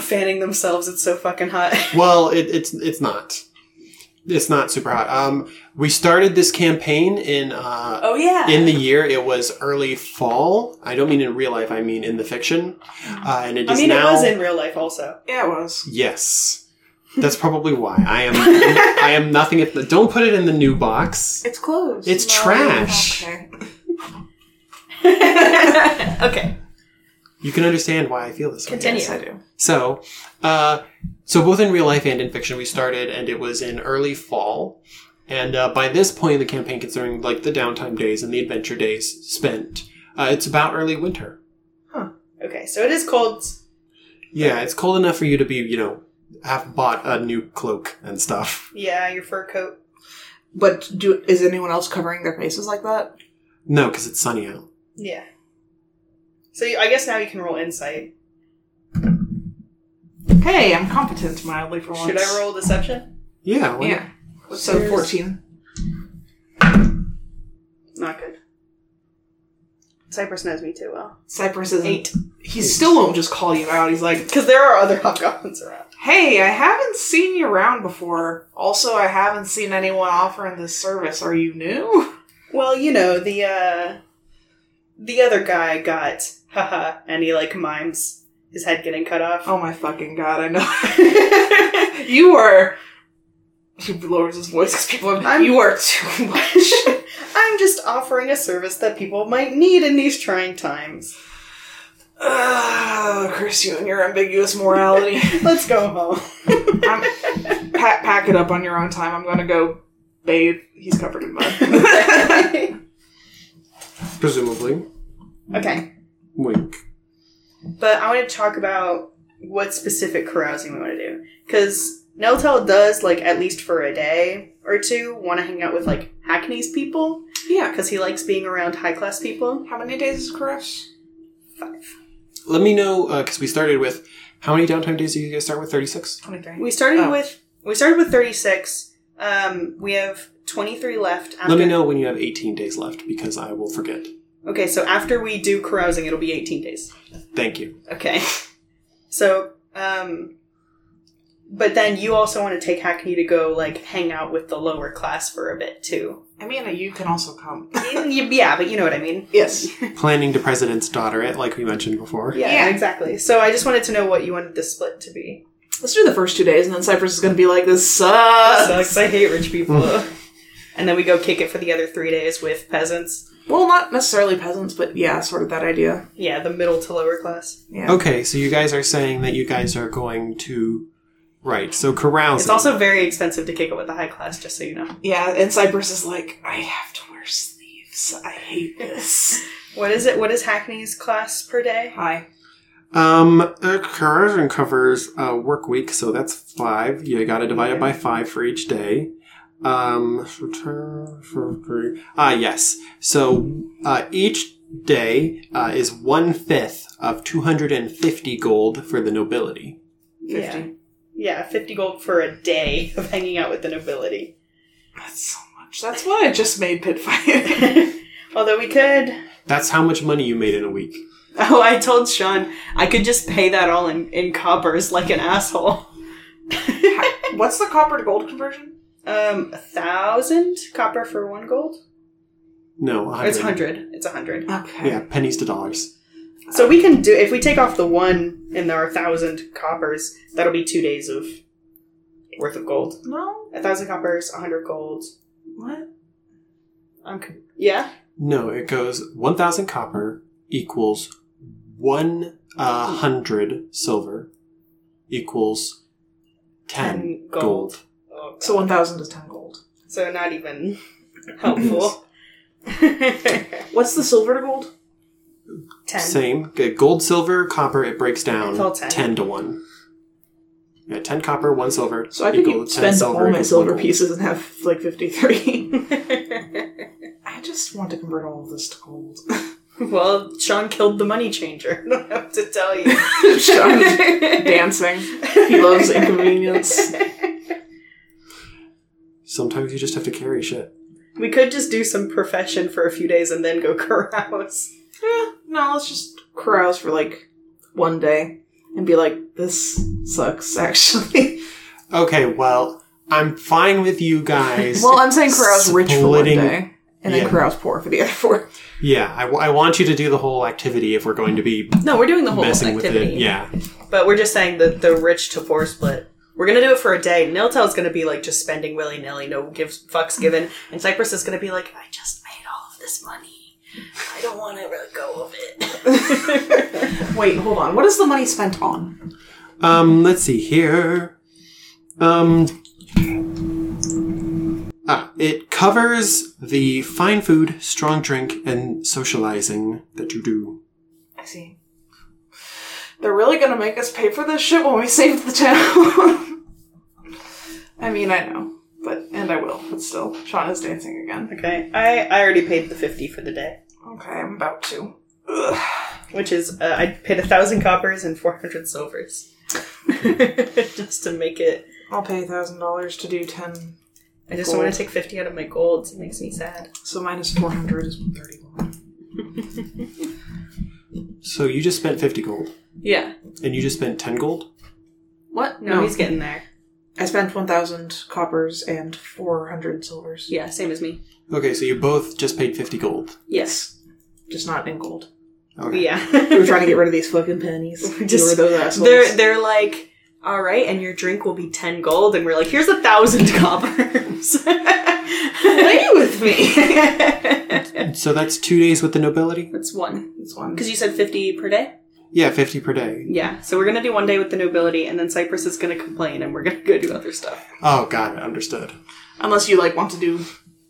Speaker 2: fanning themselves. It's so fucking hot.
Speaker 1: Well, it, it's it's not. It's not super hot. Um, we started this campaign in uh,
Speaker 4: Oh yeah.
Speaker 1: in the year it was early fall i don't mean in real life i mean in the fiction uh, and it
Speaker 2: I
Speaker 1: is
Speaker 2: mean,
Speaker 1: now
Speaker 2: it was in real life
Speaker 3: [laughs]
Speaker 2: also. [laughs]
Speaker 3: Yeah, it was.
Speaker 1: yes that's probably why i am i am nothing if the don't put it in the new box
Speaker 3: It's closed.
Speaker 1: it's trash
Speaker 3: Okay.
Speaker 4: okay.
Speaker 1: you can understand why i feel this way
Speaker 4: Continue.
Speaker 3: Yes, I do.
Speaker 1: So, uh, so both in real life and in fiction, we started, and it was in early fall. And uh, by this point in the campaign, considering like the downtime days and the adventure days spent, uh, it's about early winter.
Speaker 2: Okay, so it is cold.
Speaker 1: Yeah, it's cold enough for you to be, you know, have bought a new cloak and stuff.
Speaker 2: Yeah, your fur coat.
Speaker 3: But do is anyone else covering their faces like that?
Speaker 1: No, because it's sunny out.
Speaker 2: Yeah. So you, I guess now you can roll insight.
Speaker 3: Hey, I'm competent mildly for once.
Speaker 2: Should I roll deception?
Speaker 1: Yeah. why-
Speaker 3: Yeah. So
Speaker 2: yours?
Speaker 3: fourteen.
Speaker 2: Not good. Cypress knows me too well.
Speaker 3: Cypress isn't.
Speaker 2: Eight.
Speaker 3: He still won't just call you out. He's like,
Speaker 2: Because there are other [laughs] hobgoblins around.
Speaker 3: "Hey, I haven't seen you around before. Also, I haven't seen anyone offering this service. Are you new?"
Speaker 2: Well, you know, the uh the other guy got haha and he like mimes his head getting cut off.
Speaker 3: Oh my fucking god! I know. [laughs] you are. He lowers his voice because people. Have,
Speaker 2: I'm-
Speaker 3: you are
Speaker 2: [laughs]
Speaker 3: too much.
Speaker 2: [laughs] I'm just offering a service that people might need in these trying times.
Speaker 3: Ugh, curse you and your ambiguous morality.
Speaker 2: Let's go home. [laughs]
Speaker 3: I'm, pack, pack it up on your own time. I'm gonna go bathe. He's covered in mud.
Speaker 2: [laughs]
Speaker 1: Presumably.
Speaker 2: okay.
Speaker 1: Wink.
Speaker 2: But I want to talk about what specific carousing we want to do. Because Neltel does, like, at least for a day or two, want to hang out with, like, Hackney's people.
Speaker 3: yeah.
Speaker 2: Because he likes being around high class people.
Speaker 3: How many days is Chris?
Speaker 2: Five.
Speaker 1: Let me know because we started with how many downtime days do you guys start with? Thirty-six.
Speaker 3: Twenty-three.
Speaker 2: We started
Speaker 3: Oh.
Speaker 2: with. We started with 36. Um, we have 23 left. After,
Speaker 1: Let me know when you have eighteen days left because I will forget.
Speaker 2: Okay, so after we do carousing, it'll be 18 days.
Speaker 1: Thank you.
Speaker 2: Okay. So, um, but then you also want to take Hackney to go, like, hang out with the lower class for a bit, too.
Speaker 1: [laughs]
Speaker 3: I mean, you can also come.
Speaker 2: Y- yeah, but you know what I mean.
Speaker 3: Yes.
Speaker 1: Planning to president's daughter it, like we mentioned before.
Speaker 2: Yeah,
Speaker 3: Yeah.
Speaker 2: exactly. So I just wanted to know what you wanted the split to be.
Speaker 3: Let's do the first two days, and then Cypress is going to be like, this sucks.
Speaker 2: Sucks. I hate rich people. [laughs] and then we go kick it for the other three days with peasants.
Speaker 3: Well, not necessarily peasants, but yeah, sort of that idea.
Speaker 2: Yeah, the middle to lower class.
Speaker 3: Yeah.
Speaker 1: Okay, so you guys are saying that you guys are going to right. So carousing.
Speaker 2: It's also very expensive to kick it with the high class, just so you know.
Speaker 3: Yeah, and Cypress is like, I have to wear sleeves. I hate this. [laughs]
Speaker 2: What is it? What is Hackney's class per day?
Speaker 3: Hi.
Speaker 1: um uh, carousing covers uh, work week, so that's five. You got to divide it by five for each day. Um, return for three. Ah, yes. So uh, each day uh, is one fifth of two hundred and fifty gold for the nobility.
Speaker 3: 50.
Speaker 2: Yeah. Yeah, 50 gold for a day of hanging out with the nobility.
Speaker 3: That's so much. [laughs] That's why I just made Pit Fight.
Speaker 2: [laughs] Although we could.
Speaker 1: That's how much money you made in a week.
Speaker 2: Oh, I told Sean I could just pay that all in, in coppers like an asshole.
Speaker 3: [laughs] What's the copper to gold conversion?
Speaker 2: Um, a thousand copper for one gold.
Speaker 1: No,
Speaker 2: Or
Speaker 1: 100.
Speaker 2: It's hundred. It's a hundred.
Speaker 3: Okay.
Speaker 1: Yeah, pennies to dollars.
Speaker 2: So we can do if we take off the one and there are a thousand coppers, that'll be two days of worth of gold.
Speaker 3: No?
Speaker 2: A thousand coppers, a hundred gold.
Speaker 3: What?
Speaker 2: I'm con- yeah.
Speaker 1: No, it goes 1,000 copper equals 100 silver equals 10,
Speaker 2: Ten
Speaker 1: gold.
Speaker 2: gold. Oh,
Speaker 3: So 1,000 is 10 gold.
Speaker 2: so not even [laughs] helpful. Ten.
Speaker 3: What's the silver to gold?
Speaker 1: Same. Okay, Gold, silver, copper, it breaks down
Speaker 2: It's all 10.
Speaker 1: 10 to 1. Yeah, 10 copper, 1 silver.
Speaker 3: So I could
Speaker 1: equal 10
Speaker 3: spend all my
Speaker 1: equals
Speaker 3: silver
Speaker 1: one gold.
Speaker 3: pieces and have like [laughs] 53. I just want to convert all of this to gold.
Speaker 2: well, Sean killed the money changer. [laughs] I don't have to tell [laughs] you.
Speaker 3: [laughs] Sean's dancing. He loves inconvenience.
Speaker 1: Sometimes you just have to carry shit.
Speaker 2: We could just do some profession for a few days and then go [laughs] carouse.
Speaker 3: Eh, no, let's just carouse for like one day and be like, this sucks actually.
Speaker 1: Okay, well, I'm fine with you guys.
Speaker 3: [laughs] [laughs] well, I'm saying carouse rich for one
Speaker 1: Splitting-
Speaker 3: day and then
Speaker 1: yeah.
Speaker 3: carouse poor for the other four.
Speaker 1: yeah, I, w- I want you to do the whole activity if we're going to be
Speaker 2: No, we're doing the whole
Speaker 1: messing with
Speaker 2: activity.
Speaker 1: it. Yeah.
Speaker 2: But we're just saying that the rich to poor split. We're gonna do it for a day. Niltel's gonna be like just spending willy nilly, no gives fucks given. And Cypress is gonna be like, I just made all of this money. I don't want to let go of [laughs] it.
Speaker 3: Wait, hold on. What is the money spent on?
Speaker 1: Um, let's see here. Um, ah, it covers the fine food, strong drink, and socializing that you do.
Speaker 3: I see. They're really gonna make us pay for this shit when we save the town. [laughs] I mean, I know, but and I will, but still, Sean is dancing again.
Speaker 2: okay, I I already paid the fifty for the day,
Speaker 3: Okay, I'm about to.
Speaker 2: which is uh, I paid a thousand coppers and four hundred silvers, [laughs] just to make it.
Speaker 3: I'll pay thousand dollars to do ten.
Speaker 2: I just don't want to take fifty out of my golds. It makes me sad.
Speaker 3: So minus four hundred is one thirty-one.
Speaker 1: So you just spent 50 gold,
Speaker 2: Yeah.
Speaker 1: and you just spent 10 gold?
Speaker 3: What?
Speaker 2: No, he's getting there.
Speaker 3: I spent one thousand coppers and four hundred silvers.
Speaker 2: Yeah, same as me.
Speaker 1: Okay, so you both just paid 50 gold.
Speaker 3: Yes, just not in gold.
Speaker 1: Okay.
Speaker 2: [laughs]
Speaker 3: [laughs] We
Speaker 2: Yeah.
Speaker 3: were trying to get rid of these fucking pennies.
Speaker 2: We just-
Speaker 3: you were [laughs] those assholes.
Speaker 2: They're they're like, all right, and your drink will be ten gold, and we're like, here's a thousand [laughs] coppers. Play with [laughs] me.
Speaker 1: So that's two days with the nobility?
Speaker 2: That's one.
Speaker 3: This one.
Speaker 2: Because you said fifty per day.
Speaker 1: Yeah, 50 per day.
Speaker 2: Yeah. So we're gonna do one day with the nobility, and then Cyprus is gonna complain, and we're gonna go do other stuff.
Speaker 1: Oh, got it. Understood.
Speaker 3: Unless you like want to do,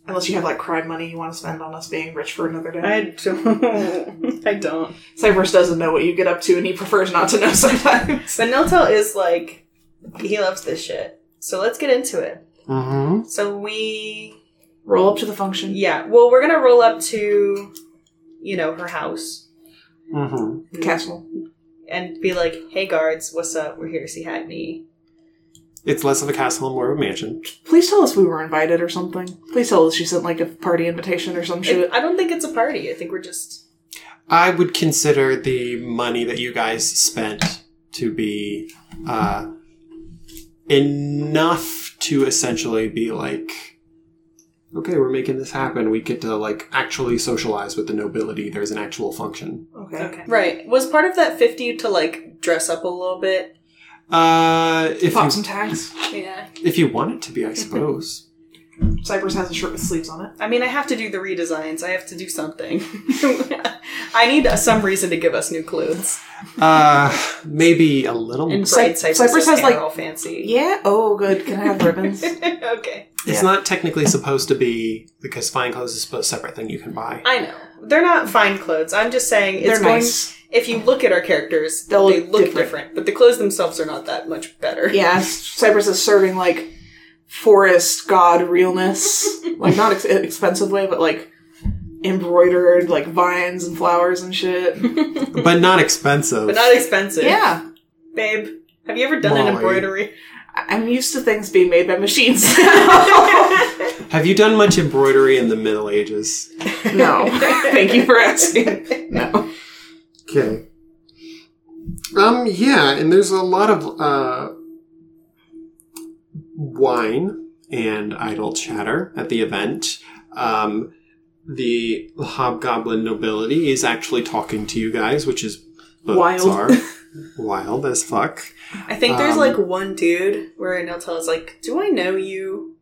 Speaker 3: unless you have like crime money you want to spend on us being rich for another day.
Speaker 2: don't. I don't.
Speaker 3: Cypress doesn't know what you get up to, and he prefers not to know [laughs] sometimes.
Speaker 2: But Niltel is like, he loves this shit. So let's get into it.
Speaker 1: Mm-hmm.
Speaker 2: So we
Speaker 3: Roll up to the function.
Speaker 2: Yeah, well, we're gonna roll up to, you know, her house
Speaker 1: Mm-hmm.
Speaker 3: Castle.
Speaker 2: and be like, "Hey, guards, what's up? We're here to see Hackney."
Speaker 1: It's less of a castle and more of a mansion.
Speaker 3: Please tell us we were invited or something. Please tell us she sent like a party invitation or some shit.
Speaker 2: It- I don't think it's a party. I think we're just
Speaker 1: I would consider the money that you guys spent to be uh, enough to essentially be like, okay, we're making this happen. We get to like actually socialize with the nobility. There's an actual function.
Speaker 3: Okay.
Speaker 2: right. Was part of that fifty to like dress up a little bit?
Speaker 1: Uh, if
Speaker 3: Pop
Speaker 1: you,
Speaker 3: some tags.
Speaker 2: Yeah.
Speaker 1: if you want it to be, I suppose. [laughs]
Speaker 3: Cypress has a shirt with sleeves on it.
Speaker 2: I mean, I have to do the redesigns. I have to do something. [laughs] I need some reason to give us new clothes.
Speaker 1: uh, maybe a little.
Speaker 2: And
Speaker 3: Cy-
Speaker 2: Bright Cypress,
Speaker 3: Cypress has,
Speaker 2: has like
Speaker 3: like-
Speaker 2: all fancy.
Speaker 3: Yeah. Oh, good. Can I have [laughs] ribbons?
Speaker 2: [laughs] okay.
Speaker 1: It's not technically supposed to be because fine clothes is a separate thing you can buy.
Speaker 2: I know they're not fine clothes. I'm just saying it's
Speaker 3: They're
Speaker 2: going
Speaker 3: nice.
Speaker 2: if you look at our characters,
Speaker 3: They'll
Speaker 2: they
Speaker 3: look
Speaker 2: look different.
Speaker 3: different.
Speaker 2: but the clothes themselves are not that much better.
Speaker 3: Yeah. Cypress is serving like forest god [laughs] realness, like not ex- expensive way, but like embroidered like vines and flowers and [laughs] shit.
Speaker 1: but not expensive.
Speaker 2: [laughs] But not expensive.
Speaker 3: yeah.
Speaker 2: Babe, have you ever done
Speaker 1: Molly.
Speaker 2: an embroidery?
Speaker 3: I'm used to things being made by machines. [laughs]
Speaker 1: Have you done much embroidery in the Middle Ages?
Speaker 3: no. Thank you for asking. No.
Speaker 1: Okay. Um. Yeah, and there's a lot of uh, wine and idle chatter at the event. Um, the hobgoblin nobility is actually talking to you guys, which is the
Speaker 3: Wild.
Speaker 1: Tsar. Wild as fuck.
Speaker 2: [laughs] I think there's
Speaker 1: Um,
Speaker 2: like one dude where Neltel is like, "Do I know you?"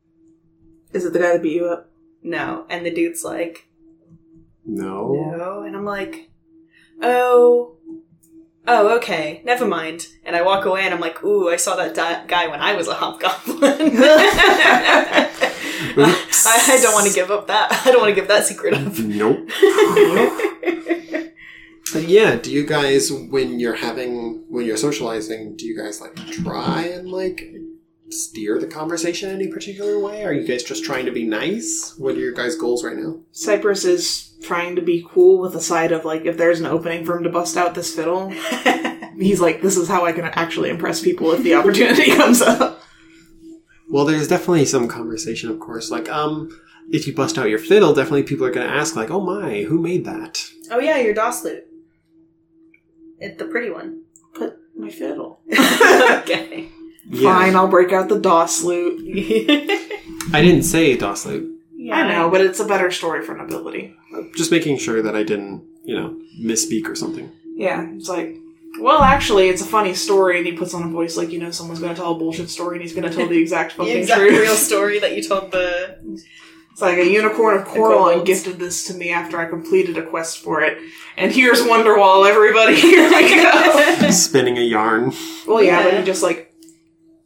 Speaker 3: Is it the guy that beat you up?
Speaker 2: No, and the dude's like,
Speaker 3: Oh.
Speaker 1: No.
Speaker 2: "No," and I'm like, "Oh, oh, okay, never mind." And I walk away, and I'm like, "Ooh, I saw that di- guy when I was a hobgoblin." [laughs]
Speaker 1: Oops.
Speaker 2: I, I don't want to give up that. I don't want to give that secret up.
Speaker 1: Nope. But yeah, do you guys when you're having when you're socializing, do you guys like try and like steer the conversation any particular way? Are you guys just trying to be nice? What are your guys' goals right now?
Speaker 3: [laughs] Cypress is trying to be cool with the side of like if there's an opening for him to bust out this [laughs] fiddle, he's like, this is how I can actually impress people if the opportunity [laughs] comes up.
Speaker 1: Well, there's definitely some conversation, of course. Like, um, if you bust out your fiddle, definitely people are going to ask, like, "Oh my, who made that?"
Speaker 2: oh yeah, your DOS loot. It, the pretty one.
Speaker 3: But my fiddle.
Speaker 2: [laughs] okay.
Speaker 3: Fine, I'll break out the DOS loot.
Speaker 1: I didn't say Dossley.
Speaker 2: yeah.
Speaker 3: I know, but it's a better story for nobility.
Speaker 1: Just making sure that I didn't, you know, misspeak or something.
Speaker 3: Yeah, it's like, well, actually, it's a funny story, and he puts on a voice like, you know, someone's going to tell a bullshit story, and he's going to tell the exact
Speaker 2: [laughs]
Speaker 3: fucking
Speaker 2: The exact
Speaker 3: truth.
Speaker 2: real story that you told the
Speaker 3: It's like a unicorn
Speaker 2: [laughs]
Speaker 3: of Coralline
Speaker 2: Equivalent.
Speaker 3: gifted this to me after I completed a quest for it. And here's Wonderwall, everybody. [laughs] Here we
Speaker 2: [laughs]
Speaker 3: go.
Speaker 1: Spinning a yarn.
Speaker 3: well, yeah, but
Speaker 2: Yeah.
Speaker 3: he just like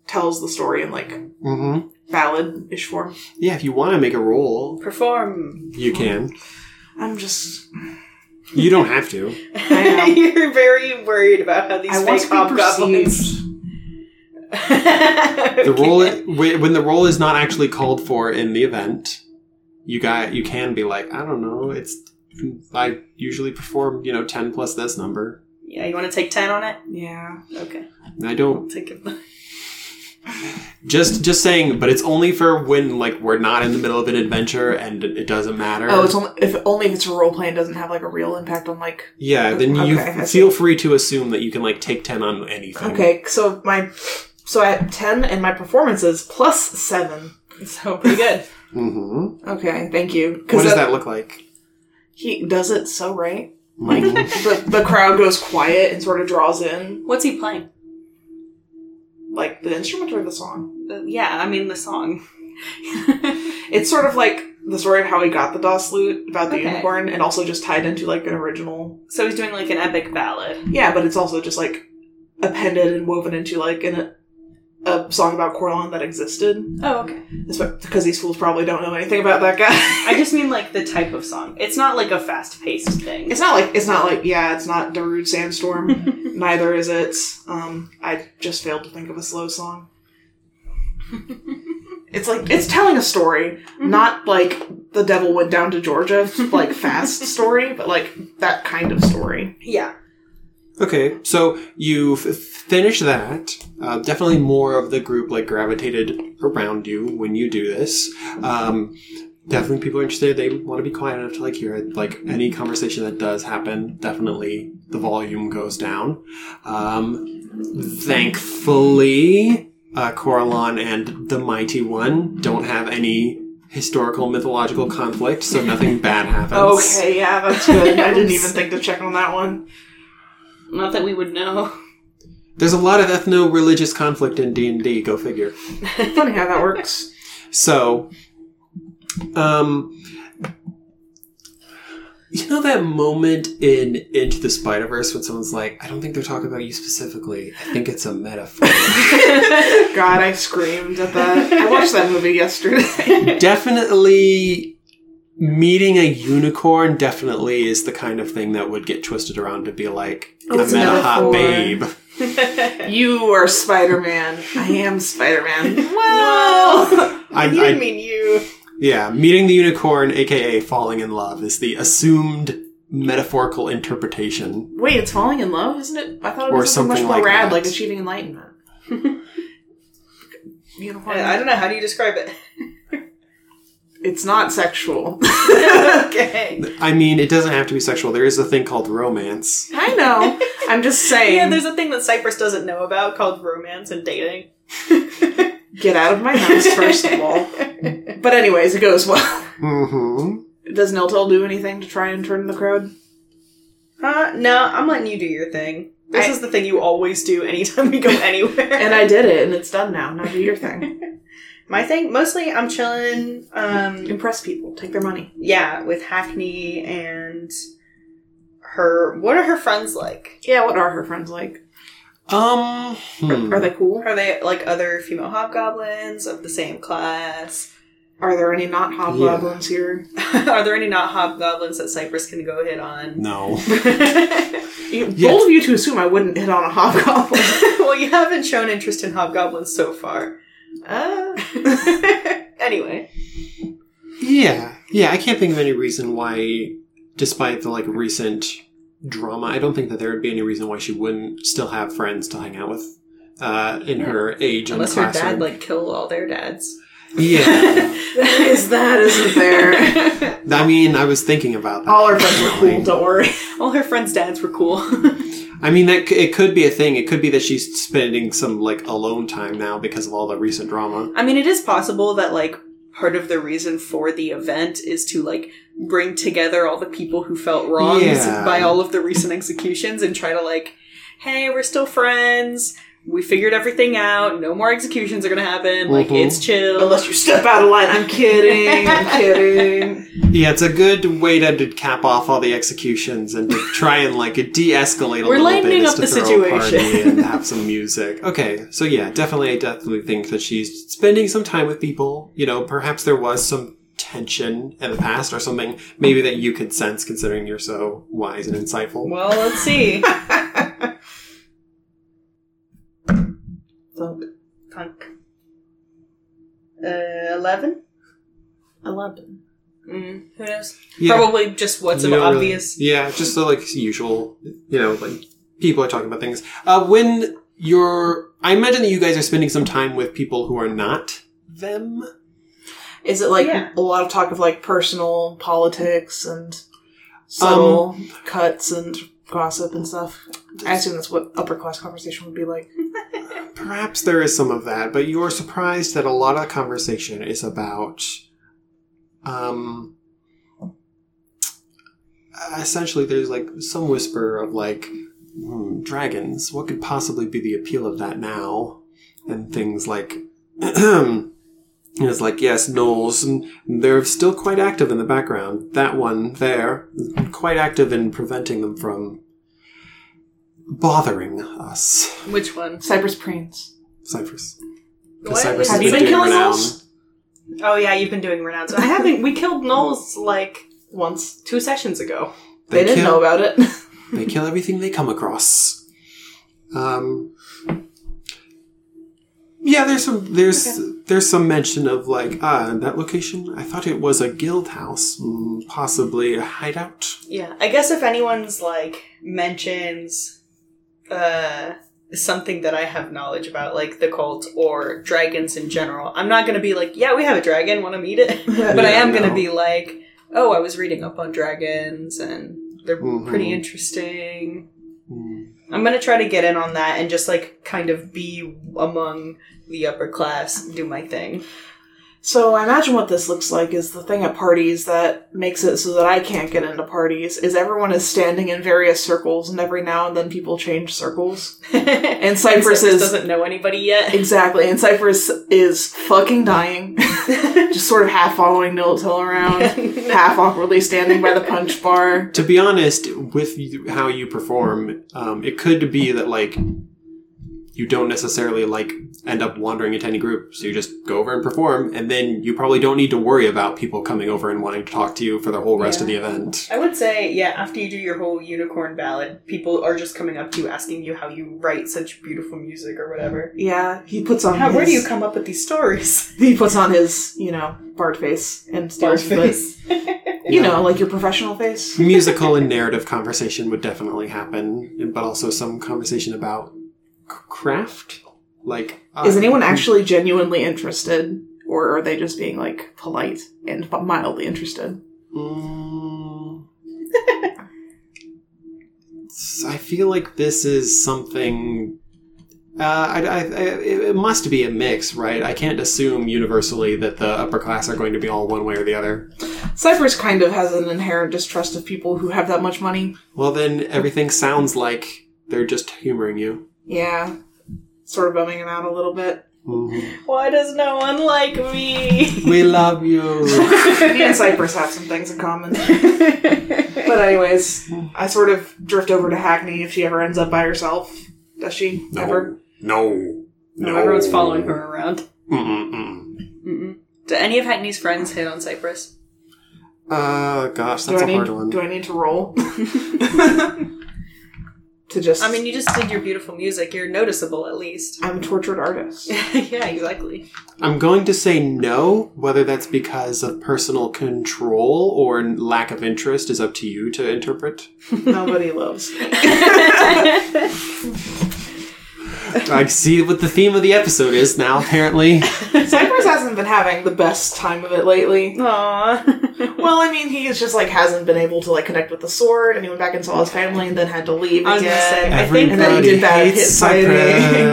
Speaker 3: tells the story in like
Speaker 1: Mm-hmm.
Speaker 3: ballad ish form.
Speaker 1: Yeah, if you want to make a roll,
Speaker 2: perform.
Speaker 1: you can.
Speaker 3: I'm just.
Speaker 1: You don't have to.
Speaker 3: I
Speaker 2: [laughs]
Speaker 3: know.
Speaker 2: You're very worried about how these
Speaker 3: I want
Speaker 2: fake [laughs]
Speaker 3: to be
Speaker 2: hobgoblins.
Speaker 3: perceived. [laughs]
Speaker 1: The roll whe- when the roll is not actually called for in the event, you got you can be like, I don't know, it's I usually perform, you know, ten plus this number.
Speaker 2: yeah, you want to take ten on it?
Speaker 3: Yeah.
Speaker 2: Okay,
Speaker 1: I don't
Speaker 2: take it.
Speaker 1: Just just saying, but it's only for when like we're not in the middle of an adventure and it doesn't matter.
Speaker 3: Oh, it's only if only if it's a role play and doesn't have like a real impact on like.
Speaker 1: yeah. Then you
Speaker 3: Okay, I see.
Speaker 1: feel free to assume that you can like take ten on anything.
Speaker 3: Okay, so my so I have ten and my performance is plus seven. So [laughs] pretty good.
Speaker 1: Mm-hmm.
Speaker 3: okay, thank you.
Speaker 1: What does
Speaker 3: that-
Speaker 1: that look like?
Speaker 3: He does it so right.
Speaker 1: Mhm.
Speaker 3: [laughs] the, the crowd goes quiet and sort of draws in
Speaker 2: What's he playing?
Speaker 3: like the instrument or the song.
Speaker 2: Uh, yeah, I mean the song. [laughs]
Speaker 3: It's sort of like the story of how he got the DOS lute about the
Speaker 2: Okay.
Speaker 3: unicorn and also just tied into like an original.
Speaker 2: so he's doing like an epic ballad.
Speaker 3: Yeah, but it's also just like appended and woven into like an, a song about Corlon that existed.
Speaker 2: Oh, okay.
Speaker 3: Because these fools probably don't know anything about that guy. [laughs]
Speaker 2: I just mean like the type of song. It's not like a fast paced thing.
Speaker 3: it's not like it's not like yeah, it's not Darude [laughs] Sandstorm. Neither is it. Um, I just failed to think of a slow song. it's like it's telling a story, not like the devil went down to Georgia, like [laughs] fast story, but like that kind of story.
Speaker 2: yeah.
Speaker 1: okay, so you f- finish that. Uh, definitely more of the group like gravitated around you when you do this. Um, definitely people are interested. They want to be quiet enough to like hear it. like any conversation that does happen. Definitely the volume goes down. Um, thankfully, uh, Coralon and the Mighty One don't have any historical mythological conflict, so nothing bad happens.
Speaker 3: Okay, yeah, that's [laughs] good. I didn't even think to check on that one.
Speaker 2: Not that we would
Speaker 3: [laughs]
Speaker 2: know.
Speaker 1: There's a lot of ethno-religious conflict in D and D. Go figure.
Speaker 3: Funny how that works.
Speaker 1: So, um, you know that moment in Into the Spider Verse when someone's like, "I don't think they're talking about you specifically. I think it's a
Speaker 3: [laughs]
Speaker 1: metaphor."
Speaker 3: God, I screamed at that. I watched that movie yesterday.
Speaker 1: definitely, meeting a unicorn definitely is the kind of thing that would get twisted around to be like, "I
Speaker 3: It's a
Speaker 1: met a hot
Speaker 3: metaphor.
Speaker 1: babe."
Speaker 3: you are Spider Man. I am Spider Man.
Speaker 2: No,
Speaker 1: I,
Speaker 2: you
Speaker 1: I-
Speaker 2: didn't mean you.
Speaker 1: yeah, meeting the unicorn, aka falling in love, is the assumed metaphorical interpretation.
Speaker 3: Wait, it's falling in love, isn't it? I thought it
Speaker 1: Or
Speaker 3: was something much
Speaker 1: something
Speaker 3: more
Speaker 1: like
Speaker 3: rad,
Speaker 1: that.
Speaker 3: like achieving enlightenment. [laughs] Unicorn.
Speaker 2: I I don't know. How do you describe
Speaker 3: [laughs]
Speaker 2: it?
Speaker 3: It's not sexual. [laughs]
Speaker 2: okay.
Speaker 1: I mean, it doesn't have to be sexual. There is a thing called romance.
Speaker 3: I know. I'm just saying.
Speaker 2: Yeah, there's a thing that Cypress doesn't know about called romance and
Speaker 3: [laughs]
Speaker 2: dating.
Speaker 3: Get out of my house, first of all. But anyways, it goes well.
Speaker 1: Mm-hmm.
Speaker 3: Does Niltel do anything to try and turn the crowd?
Speaker 2: [laughs] Uh, no, I'm letting you do your thing. This
Speaker 3: I-
Speaker 2: is the thing you always do anytime
Speaker 3: [laughs]
Speaker 2: we go anywhere.
Speaker 3: And I did it, and it's done now. Now do
Speaker 2: [laughs]
Speaker 3: your thing.
Speaker 2: my thing mostly I'm chilling. Um,
Speaker 3: Impress people. Take their money.
Speaker 2: yeah, with Hackney and her. What are her friends like?
Speaker 3: Yeah, what are her friends like?
Speaker 1: Um, hmm.
Speaker 3: Are they cool?
Speaker 2: Are they like other female hobgoblins of the same class? [laughs]
Speaker 3: Are there any not hobgoblins here?
Speaker 2: are there any not hobgoblins that Cypress can go hit
Speaker 3: [laughs]
Speaker 2: on?
Speaker 1: no.
Speaker 3: You,
Speaker 1: Yes.
Speaker 3: Both of you to assume I wouldn't hit on a hobgoblin.
Speaker 2: [laughs] well, you haven't shown interest in hobgoblins so far.
Speaker 3: uh,
Speaker 2: [laughs] anyway,
Speaker 1: Yeah, yeah. I can't think of any reason why, despite the like recent drama, I don't think that there would be any reason why she wouldn't still have friends to hang out with uh, in her age and
Speaker 2: unless her
Speaker 1: classroom.
Speaker 2: dad like killed all their dads. [laughs]
Speaker 1: yeah,
Speaker 3: is that isn't there?
Speaker 1: I mean, I was thinking about that.
Speaker 3: All our friends are cool. Don't worry. [laughs]
Speaker 2: All her friends' dads were cool. [laughs]
Speaker 1: I mean, that c- it could be a thing. It could be that she's spending some like alone time now because of all the recent drama.
Speaker 2: I mean, it is possible that like part of the reason for the event is to like bring together all the people who felt wronged
Speaker 1: Yeah.
Speaker 2: by all of the recent executions and try to like, hey, we're still friends. We figured everything out. No more executions are gonna happen. Like
Speaker 1: Mhm.
Speaker 2: it's chill.
Speaker 3: Unless you step out of line. I'm kidding.
Speaker 2: [laughs]
Speaker 3: I'm kidding.
Speaker 1: Yeah, it's a good way to, to cap off all the executions and
Speaker 2: [laughs]
Speaker 1: to try and like de-escalate a little
Speaker 2: We're
Speaker 1: bit.
Speaker 2: lightening
Speaker 1: is
Speaker 2: up
Speaker 1: to
Speaker 2: the
Speaker 1: throw a party
Speaker 2: situation.
Speaker 1: and
Speaker 2: [laughs]
Speaker 1: have some music. Okay, so yeah, definitely, I definitely think that she's spending some time with people. You know, perhaps there was some tension in the past or something. Maybe that you could sense, considering you're so wise and insightful.
Speaker 2: well, let's see.
Speaker 3: Thunk.
Speaker 2: Punk. Uh, eleven.
Speaker 3: Eleven.
Speaker 2: Mm, who knows?
Speaker 1: Yeah.
Speaker 2: Probably just what's
Speaker 1: You don't really-
Speaker 2: obvious.
Speaker 1: yeah, just the like usual, you know, like people are talking about things. Uh, when you're, I imagine that you guys are spending some time with people who are not them.
Speaker 3: Is it like
Speaker 2: Yeah.
Speaker 3: a lot of talk of like personal politics and subtle cuts and gossip and stuff? I assume that's what upper class conversation would be like.
Speaker 1: Perhaps there is some of that, but you're surprised that a lot of the conversation is about, um, essentially there's like some whisper of like hmm, dragons. What could possibly be the appeal of that now? And things like. [clears throat] It's like, yes, gnolls, and they're still quite active in the background. That one there, quite active in preventing them from bothering us.
Speaker 2: Which one?
Speaker 3: Cypress Prince.
Speaker 1: Cypress.
Speaker 2: What?
Speaker 1: Cypress
Speaker 3: Have
Speaker 1: is
Speaker 3: you
Speaker 1: the
Speaker 3: been
Speaker 1: dude
Speaker 3: killing
Speaker 1: renowned.
Speaker 3: those?
Speaker 2: Oh yeah, you've been doing renounce. I haven't. We killed Knowles like
Speaker 3: Once.
Speaker 2: two sessions ago.
Speaker 3: They, didn't know
Speaker 1: kill,
Speaker 3: about it. [laughs]
Speaker 1: They kill everything they come across. Um, yeah, there's some there's there's some mention of like ah that location. I thought it was a guild house, mm, possibly a hideout.
Speaker 2: Yeah, I guess if anyone's like mentions uh something that I have knowledge about, like the cult or dragons in general, I'm not gonna be like, yeah, we have a dragon, want to meet it? [laughs] but I
Speaker 1: Yeah,
Speaker 2: am gonna
Speaker 1: no.
Speaker 2: be like, oh, I was reading up on dragons and they're pretty
Speaker 1: Mhm.
Speaker 2: interesting.
Speaker 1: Mm.
Speaker 2: I'm gonna try to get in on that and just like kind of be among the upper class, do my thing. [laughs]
Speaker 3: So I imagine what this looks like is the thing at parties that makes it so that I can't get into parties is everyone is standing in various circles and every now and then people change circles. And Cypress
Speaker 2: Cypress
Speaker 3: is
Speaker 2: doesn't know anybody yet.
Speaker 3: exactly and Cypress is
Speaker 2: [laughs]
Speaker 3: fucking dying. Just sort of half following Niltil around, half awkwardly standing by the punch bar.
Speaker 1: To be honest, with you, how you perform, um, it could be that like you don't necessarily like end up wandering into any group, so you just go over and perform, and then you probably don't need to worry about people coming over and wanting to talk to you for the whole rest of the event.
Speaker 2: I would say, yeah, after you do your whole unicorn ballad, people are just coming up to you asking you how you write such beautiful music or whatever.
Speaker 3: Yeah, he puts on
Speaker 2: How,
Speaker 3: his,
Speaker 2: where do you come up with these [laughs] stories?
Speaker 3: he puts on his, you know, bard face and starts you know, like your professional face.
Speaker 1: [laughs] musical and narrative conversation would definitely happen, but also some conversation about c- craft. Like, uh,
Speaker 3: Is anyone actually genuinely interested, or are they just being like polite and mildly interested?
Speaker 1: Mm. S- I feel like this is something Uh, I, I, I, it it must be a mix, right? I can't assume universally that the upper class are going to be all one way or the other.
Speaker 3: Cyprus kind of has an inherent distrust of people who have that much money.
Speaker 1: Well, then everything sounds like they're just humoring you.
Speaker 3: Yeah. Sort of bumming him out a little bit.
Speaker 1: Mhm.
Speaker 2: Why does no one like me? [laughs]
Speaker 1: we love you.
Speaker 3: Me and Cyprus have some things in common. But anyways, I sort of drift over to Hackney if she ever ends up by herself. Does she? Ever?
Speaker 1: No.
Speaker 2: No, everyone's following her around.
Speaker 1: Mm-mm-mm.
Speaker 2: Mm-mm. Do any of Hackney's friends hit on Cypress?
Speaker 1: Uh, gosh,
Speaker 3: Do
Speaker 1: that's
Speaker 3: I,
Speaker 1: a
Speaker 3: need,
Speaker 1: hard one.
Speaker 3: do I need
Speaker 2: [laughs]
Speaker 3: to roll? [laughs] to just
Speaker 2: I mean, you just did your beautiful music. You're noticeable, at least.
Speaker 3: I'm a tortured
Speaker 2: [laughs]
Speaker 3: artist.
Speaker 2: yeah, [laughs] exactly.
Speaker 1: I'm going to say no, whether that's because of personal control or lack of interest is up to you to interpret.
Speaker 3: Nobody loves. me.
Speaker 2: [laughs]
Speaker 1: I see what the theme of the episode is now, apparently.
Speaker 3: Cypress hasn't been having the best time of it lately.
Speaker 2: [laughs] Aww.
Speaker 3: Well, I mean, he is just like hasn't been able to like connect with the sword, and he went back and saw his family, and then had to leave
Speaker 2: I was gonna say,
Speaker 3: again.
Speaker 2: I think-
Speaker 3: And then he did that hit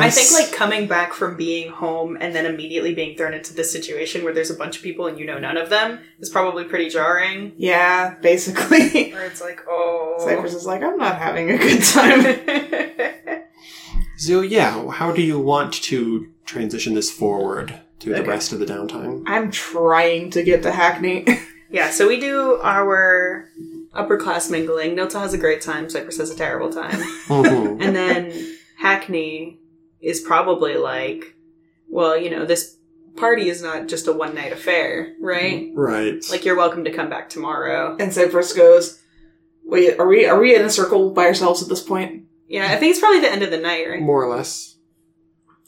Speaker 2: I think like coming back from being home and then immediately being thrown into this situation where there's a bunch of people and you know none of them is probably pretty jarring.
Speaker 3: yeah, basically. [laughs]
Speaker 2: Where it's like, oh, [laughs]
Speaker 3: Cypress is like, I'm not having a good time. [laughs]
Speaker 1: So yeah, how do you want to transition this forward to the rest of the
Speaker 2: [laughs]
Speaker 1: downtime?
Speaker 3: I'm trying to get to Hackney.
Speaker 2: yeah. So we do our upper class mingling. Nilta has a great time. Cypress has a terrible time.
Speaker 1: Mhm.
Speaker 2: And then Hackney is probably like, well, you know, this party is not just a one night affair,
Speaker 1: Mm-hmm.
Speaker 2: right?
Speaker 1: right.
Speaker 2: Like you're welcome to come back tomorrow.
Speaker 3: and Cypress goes, "Wait, are we are we in a circle by ourselves at this point?"
Speaker 2: Yeah, I think it's probably the end of the night, right?
Speaker 1: More or less.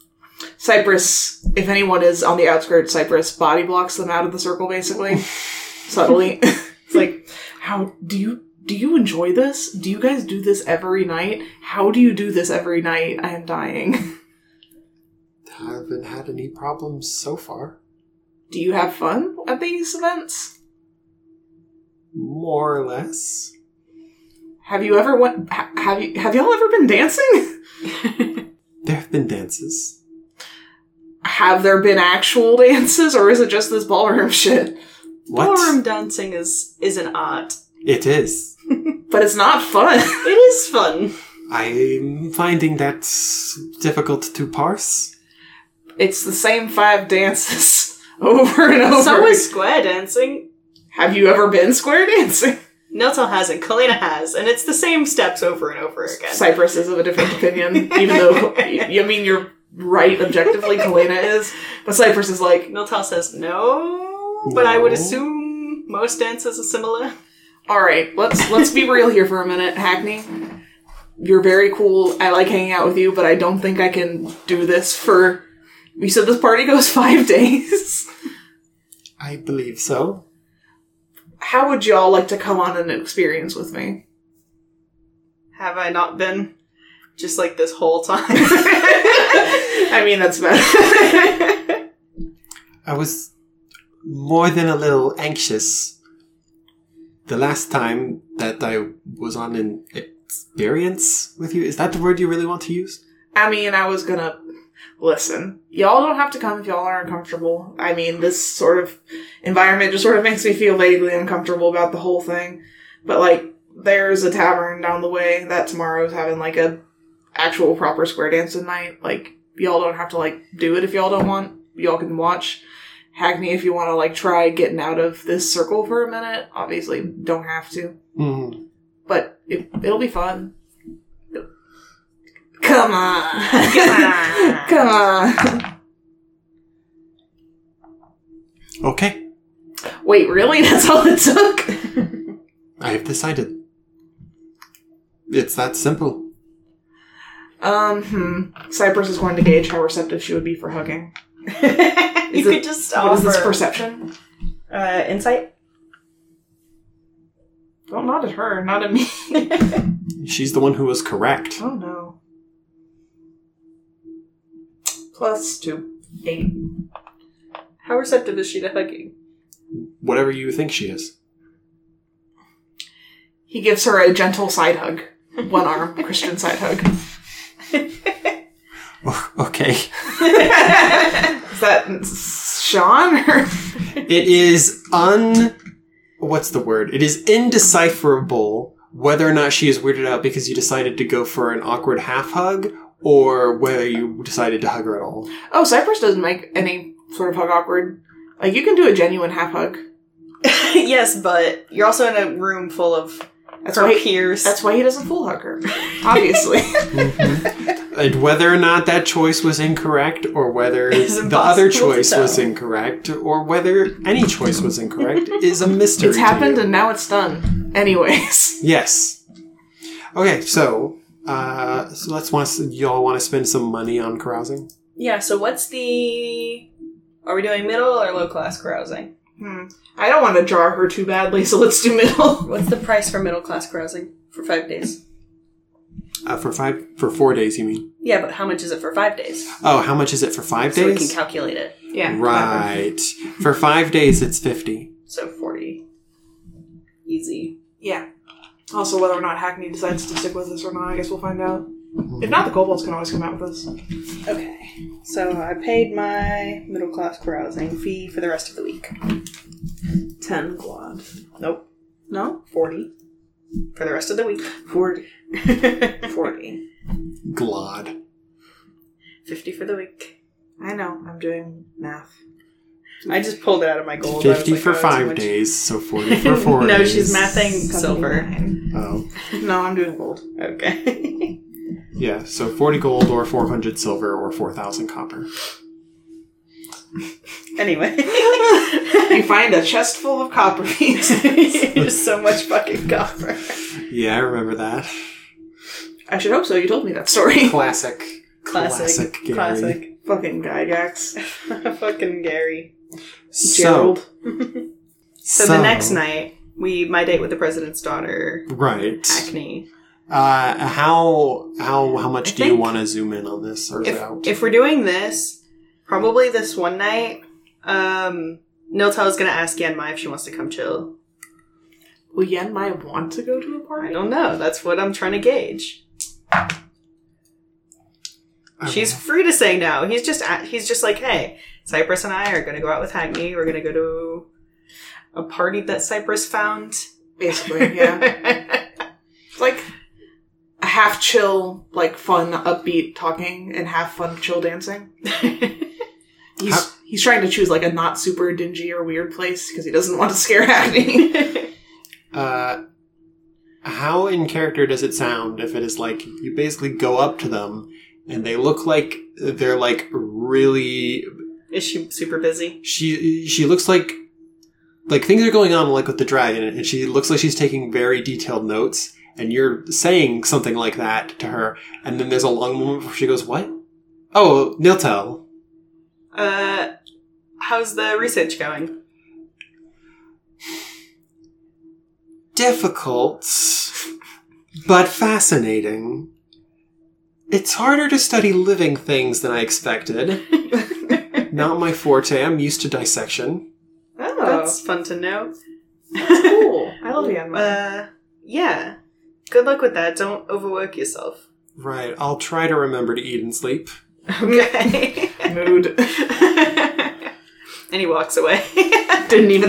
Speaker 1: [laughs]
Speaker 3: Cypress, if anyone is on the outskirts, Cypress body blocks them out of the
Speaker 1: [laughs]
Speaker 3: circle, basically subtly. it's like, how do you? Do you enjoy this? Do you guys do this every night? How do you do this every night? I am dying.
Speaker 1: Haven't had any problems so far.
Speaker 3: Do you have fun at these events?
Speaker 1: More or less.
Speaker 3: Have you ever went? ha- Have you? Have y'all ever been dancing?
Speaker 1: There have been dances.
Speaker 3: Have there been actual [laughs] dances, or is it just this ballroom shit?
Speaker 1: What?
Speaker 2: Ballroom dancing is is an art.
Speaker 3: [laughs]
Speaker 1: It is.
Speaker 3: But it's not fun.
Speaker 2: It is [laughs] fun.
Speaker 1: I'm finding that difficult to parse.
Speaker 3: It's the same five dances [laughs] over and over.
Speaker 2: So is square dancing.
Speaker 3: Have you ever been
Speaker 2: [laughs]
Speaker 3: square dancing?
Speaker 2: Neltel hasn't. Kalina has, and it's the same steps over and over again.
Speaker 3: Cypress is of a different opinion, even though I mean you're right objectively. Kalena is, but Cypress is like,
Speaker 2: Miltel says no, but I would
Speaker 1: No.
Speaker 2: assume most dances are similar.
Speaker 3: all right, let's let's be real here for a minute, Hackney. You're very cool. I like hanging out with you, but I don't think I can do this for. You said this party goes [laughs] five days.
Speaker 1: I believe so.
Speaker 3: How would y'all like to come on an experience with me?
Speaker 2: Have I not been just like this whole time?
Speaker 3: [laughs]
Speaker 2: [laughs]
Speaker 3: I mean,
Speaker 2: [laughs]
Speaker 3: that's better.
Speaker 1: I was more than a little anxious the last time that I was on an experience with you. Is that the word you really want to use?
Speaker 3: I mean, I was gonna listen. Y'all don't have to come if y'all are uncomfortable. I mean, this sort of environment just sort of makes me feel vaguely uncomfortable about the whole thing. But like, there's a tavern down the way that tomorrow's having like a actual proper square dancing night. Like, y'all don't have to like do it if y'all don't want. Y'all can watch Hackney if you want to like try getting out of this circle for a minute. Obviously, don't have to
Speaker 1: Mm.
Speaker 3: but it, it'll be fun. Come on. [laughs] Come on.
Speaker 1: Okay,
Speaker 3: Wait, really? [laughs] That's all it took?
Speaker 1: I have decided. It's that simple.
Speaker 3: Um, hmm. Cypress is going to gauge how receptive she would be for hugging.
Speaker 2: you
Speaker 3: Is it-
Speaker 2: could just stop.
Speaker 3: What is this perception?
Speaker 2: uh, insight? [laughs]
Speaker 3: Don't nod at her, not at me.
Speaker 1: She's the one who was correct.
Speaker 3: oh no. Plus two. Eight.
Speaker 2: How receptive is she to hugging?
Speaker 1: Whatever you think she is. [laughs]
Speaker 3: He
Speaker 2: [laughs]
Speaker 3: gives her a gentle side hug. One arm, Christian side hug.
Speaker 1: Okay.
Speaker 3: Is that s- Sean? [laughs] Or
Speaker 1: It is un. What's the word? It is indecipherable whether or not she is weirded out because you decided to go for an awkward half hug or whether you decided to hug her at all.
Speaker 3: oh, Cypress doesn't make any sort of hug awkward. Like you can do a genuine half hug.
Speaker 2: yes, but you're also in a room full of
Speaker 3: That's
Speaker 2: her
Speaker 3: why. He,
Speaker 2: peers.
Speaker 3: that's why he doesn't full hug [laughs] her. Obviously.
Speaker 2: Mm-hmm.
Speaker 1: And whether or not that choice was incorrect or whether
Speaker 2: It's
Speaker 1: the other
Speaker 2: impossible to
Speaker 1: choice was
Speaker 2: tell.
Speaker 1: incorrect or whether any choice was incorrect is a mystery.
Speaker 3: it's
Speaker 1: to
Speaker 3: happened
Speaker 1: you.
Speaker 3: and now it's done. Anyways. [laughs]
Speaker 1: Yes. Okay, so. Uh, so let's want y'all want to spend some money on carousing.
Speaker 2: yeah. So what's the? Are we doing middle or low class carousing?
Speaker 3: Hmm. I don't want to jar her too badly, so let's do middle.
Speaker 2: What's the price for middle class carousing for five days?
Speaker 1: Uh, for five for four days, you mean?
Speaker 2: Yeah, but how much is it for five days?
Speaker 1: Oh, how much is it for five
Speaker 2: So we
Speaker 1: days?
Speaker 2: can calculate it.
Speaker 3: [laughs] yeah.
Speaker 1: Right. For five days, it's 50.
Speaker 2: So forty, easy.
Speaker 3: Yeah. Also, whether or not Hackney decides to stick with us or not, I guess we'll find out.
Speaker 1: Mm-hmm.
Speaker 3: If not, the kobolds can always come out with us.
Speaker 2: Okay. So I paid my middle class carousing fee for the rest of the week.
Speaker 4: Ten quad.
Speaker 2: Nope,
Speaker 4: No?
Speaker 2: forty for the rest of the week. [laughs]
Speaker 4: Forty.
Speaker 2: Fifty
Speaker 4: Forty.
Speaker 1: Glod.
Speaker 2: for the week.
Speaker 3: I know. I'm doing math.
Speaker 2: I just pulled it out of my gold. I was
Speaker 1: 50
Speaker 2: like,
Speaker 1: for
Speaker 2: oh, that's too
Speaker 1: five
Speaker 2: much.
Speaker 1: days,
Speaker 2: [laughs]
Speaker 1: so 40 for four
Speaker 2: no,
Speaker 1: days.
Speaker 2: she's mathing silver.
Speaker 1: Oh,
Speaker 3: [laughs] No, I'm doing gold. [laughs]
Speaker 2: Okay. [laughs]
Speaker 1: yeah. So 40 gold or 400 silver or 4,000 copper.
Speaker 2: anyway. [laughs]
Speaker 3: You find a chest full of copper [laughs] pieces.
Speaker 2: There's so much fucking copper.
Speaker 1: Yeah, I remember that.
Speaker 3: I should hope so. You told me that story. [laughs]
Speaker 1: Classic.
Speaker 2: Classic.
Speaker 1: Classic, Gary.
Speaker 2: Classic.
Speaker 3: Fucking Gygax.
Speaker 2: [laughs] fucking Gary.
Speaker 1: So,
Speaker 3: Gerald.
Speaker 2: So, the next night, we my date with the president's daughter,
Speaker 1: Right.
Speaker 2: Acne.
Speaker 1: Uh, how how how much
Speaker 2: I
Speaker 1: do you
Speaker 2: think-
Speaker 1: want to zoom in on this or is it
Speaker 2: If,
Speaker 1: out?
Speaker 2: if we're doing this, probably this one night, um, Niltel is gonna ask Yanmai if she wants to come chill.
Speaker 3: Will Yen Mai want to go to a
Speaker 2: I
Speaker 3: party?
Speaker 2: don't know. That's what I'm trying to gauge.
Speaker 1: Okay.
Speaker 2: She's free to say no. He's just at, he's just like, hey, Cypress and I are going to go out with Hackney. We're going to go to a party that Cypress found.
Speaker 3: Basically, [laughs] yeah. It's like a half chill, like fun, upbeat talking, and half fun, chill [laughs] dancing. He's
Speaker 1: How-
Speaker 3: he's trying to choose like a not super dingy or weird place because he doesn't want to scare Hackney.
Speaker 1: Uh, how in character does it sound if it is like you basically go up to them and they look like they're like really
Speaker 2: [laughs] Is she super busy?
Speaker 1: she she looks like like things are going on like with the dragon and she looks like she's taking very detailed notes and you're saying something like that to her and then there's a long moment where she goes what oh niltel
Speaker 2: Uh, how's the research going?
Speaker 1: difficult, but fascinating. It's harder to study living things than I
Speaker 2: [laughs]
Speaker 1: expected. Not my forte. I'm used to dissection.
Speaker 3: [laughs] oh,
Speaker 2: That's fun to know.
Speaker 3: cool. [laughs] I love you, Emma.
Speaker 2: Uh, yeah. Good luck with that. Don't overwork yourself.
Speaker 1: Right. I'll try to remember to eat and sleep.
Speaker 2: Okay.
Speaker 3: Mood
Speaker 2: [laughs] and he walks away.
Speaker 3: [laughs] didn't even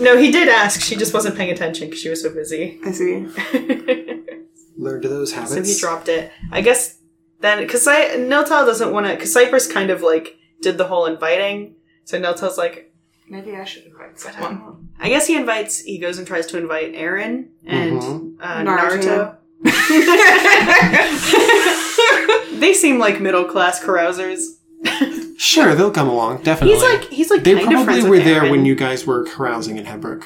Speaker 2: [laughs] no, he did ask. She just wasn't paying attention because she was so [laughs] busy.
Speaker 3: I see.
Speaker 1: Learn to those
Speaker 2: So
Speaker 1: habits.
Speaker 2: he dropped it. I guess then, because Cy- Niltal doesn't want to, because Cypress kind of like did the whole inviting. So Niltal's like,
Speaker 3: Maybe I should invite
Speaker 2: I don't know. Oh. I guess he invites, he goes and tries to invite Aaron and
Speaker 1: Mhm.
Speaker 2: uh,
Speaker 3: Naruto.
Speaker 2: Naruto.
Speaker 1: [laughs]
Speaker 2: they seem like middle class carousers.
Speaker 1: Sure, they'll come along. Definitely.
Speaker 2: He's like, he's like,
Speaker 1: they
Speaker 2: kind of
Speaker 1: probably
Speaker 2: friends
Speaker 1: were
Speaker 2: with
Speaker 1: there
Speaker 2: Aaron.
Speaker 1: when you guys were carousing in Hebrook.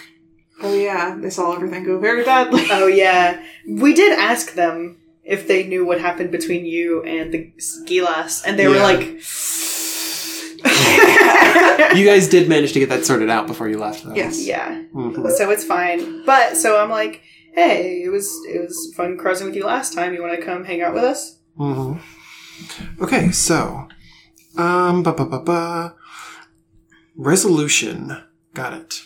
Speaker 3: Oh yeah, they saw everything go very badly.
Speaker 2: Oh yeah, we did ask them if they knew what happened between you and the Gilas, and they were
Speaker 1: Yeah.
Speaker 2: like,
Speaker 1: You guys did manage to get that sorted out before you left, though.
Speaker 2: [laughs]
Speaker 3: Yes.
Speaker 2: yeah.
Speaker 1: Mhm.
Speaker 2: so it's fine. But so I'm like, hey, it was it was fun crossing with you last time. You want to come hang out with us?
Speaker 1: hmm Mm-hmm. Okay, so, um, ba ba ba ba, resolution. Got it.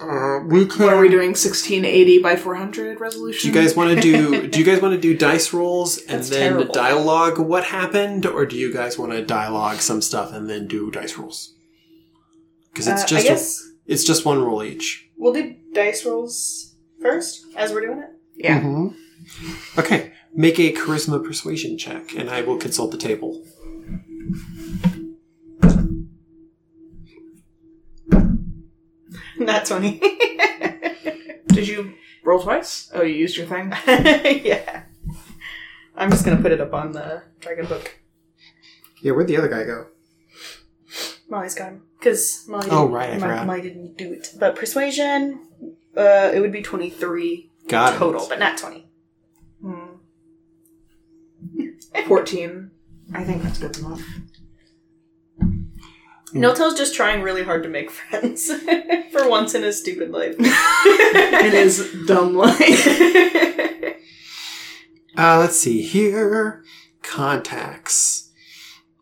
Speaker 1: Uh, we
Speaker 3: What
Speaker 1: can.
Speaker 3: are we doing? 1680 by 400 resolution?
Speaker 1: Do you guys want to do? Do you guys want to do dice
Speaker 2: [laughs]
Speaker 1: rolls and
Speaker 2: That's
Speaker 1: then
Speaker 2: terrible.
Speaker 1: dialogue what happened, or do you guys want to dialogue some stuff and then do dice rolls? Because it's
Speaker 2: Uh,
Speaker 1: just
Speaker 2: I guess
Speaker 1: it's just one roll each.
Speaker 2: we'll do dice rolls first as we're doing it. [laughs]
Speaker 3: Yeah.
Speaker 1: Mhm. Okay. Make a charisma persuasion check, and I will consult the table.
Speaker 2: Not twenty. [laughs]
Speaker 3: Did you roll twice? Oh, you used your [laughs] thing?
Speaker 2: yeah. I'm just gonna put it up on the dragon book.
Speaker 1: Yeah, where'd the other guy go?
Speaker 2: Molly's gone because Molly.
Speaker 1: Oh,
Speaker 2: didn't-
Speaker 1: right, I
Speaker 2: Mo-
Speaker 1: forgot.
Speaker 2: Molly didn't do it. But persuasion, uh, it would be twenty three
Speaker 1: Got
Speaker 2: total,
Speaker 1: It.
Speaker 2: but not twenty.
Speaker 3: Hmm. 14. I think that's good enough.
Speaker 1: Hmm.
Speaker 2: Notel's just trying really hard to make [laughs] friends for once in his
Speaker 1: [laughs]
Speaker 2: stupid life. [laughs]
Speaker 3: It is dumb life.
Speaker 1: Uh, let's see here. Contacts.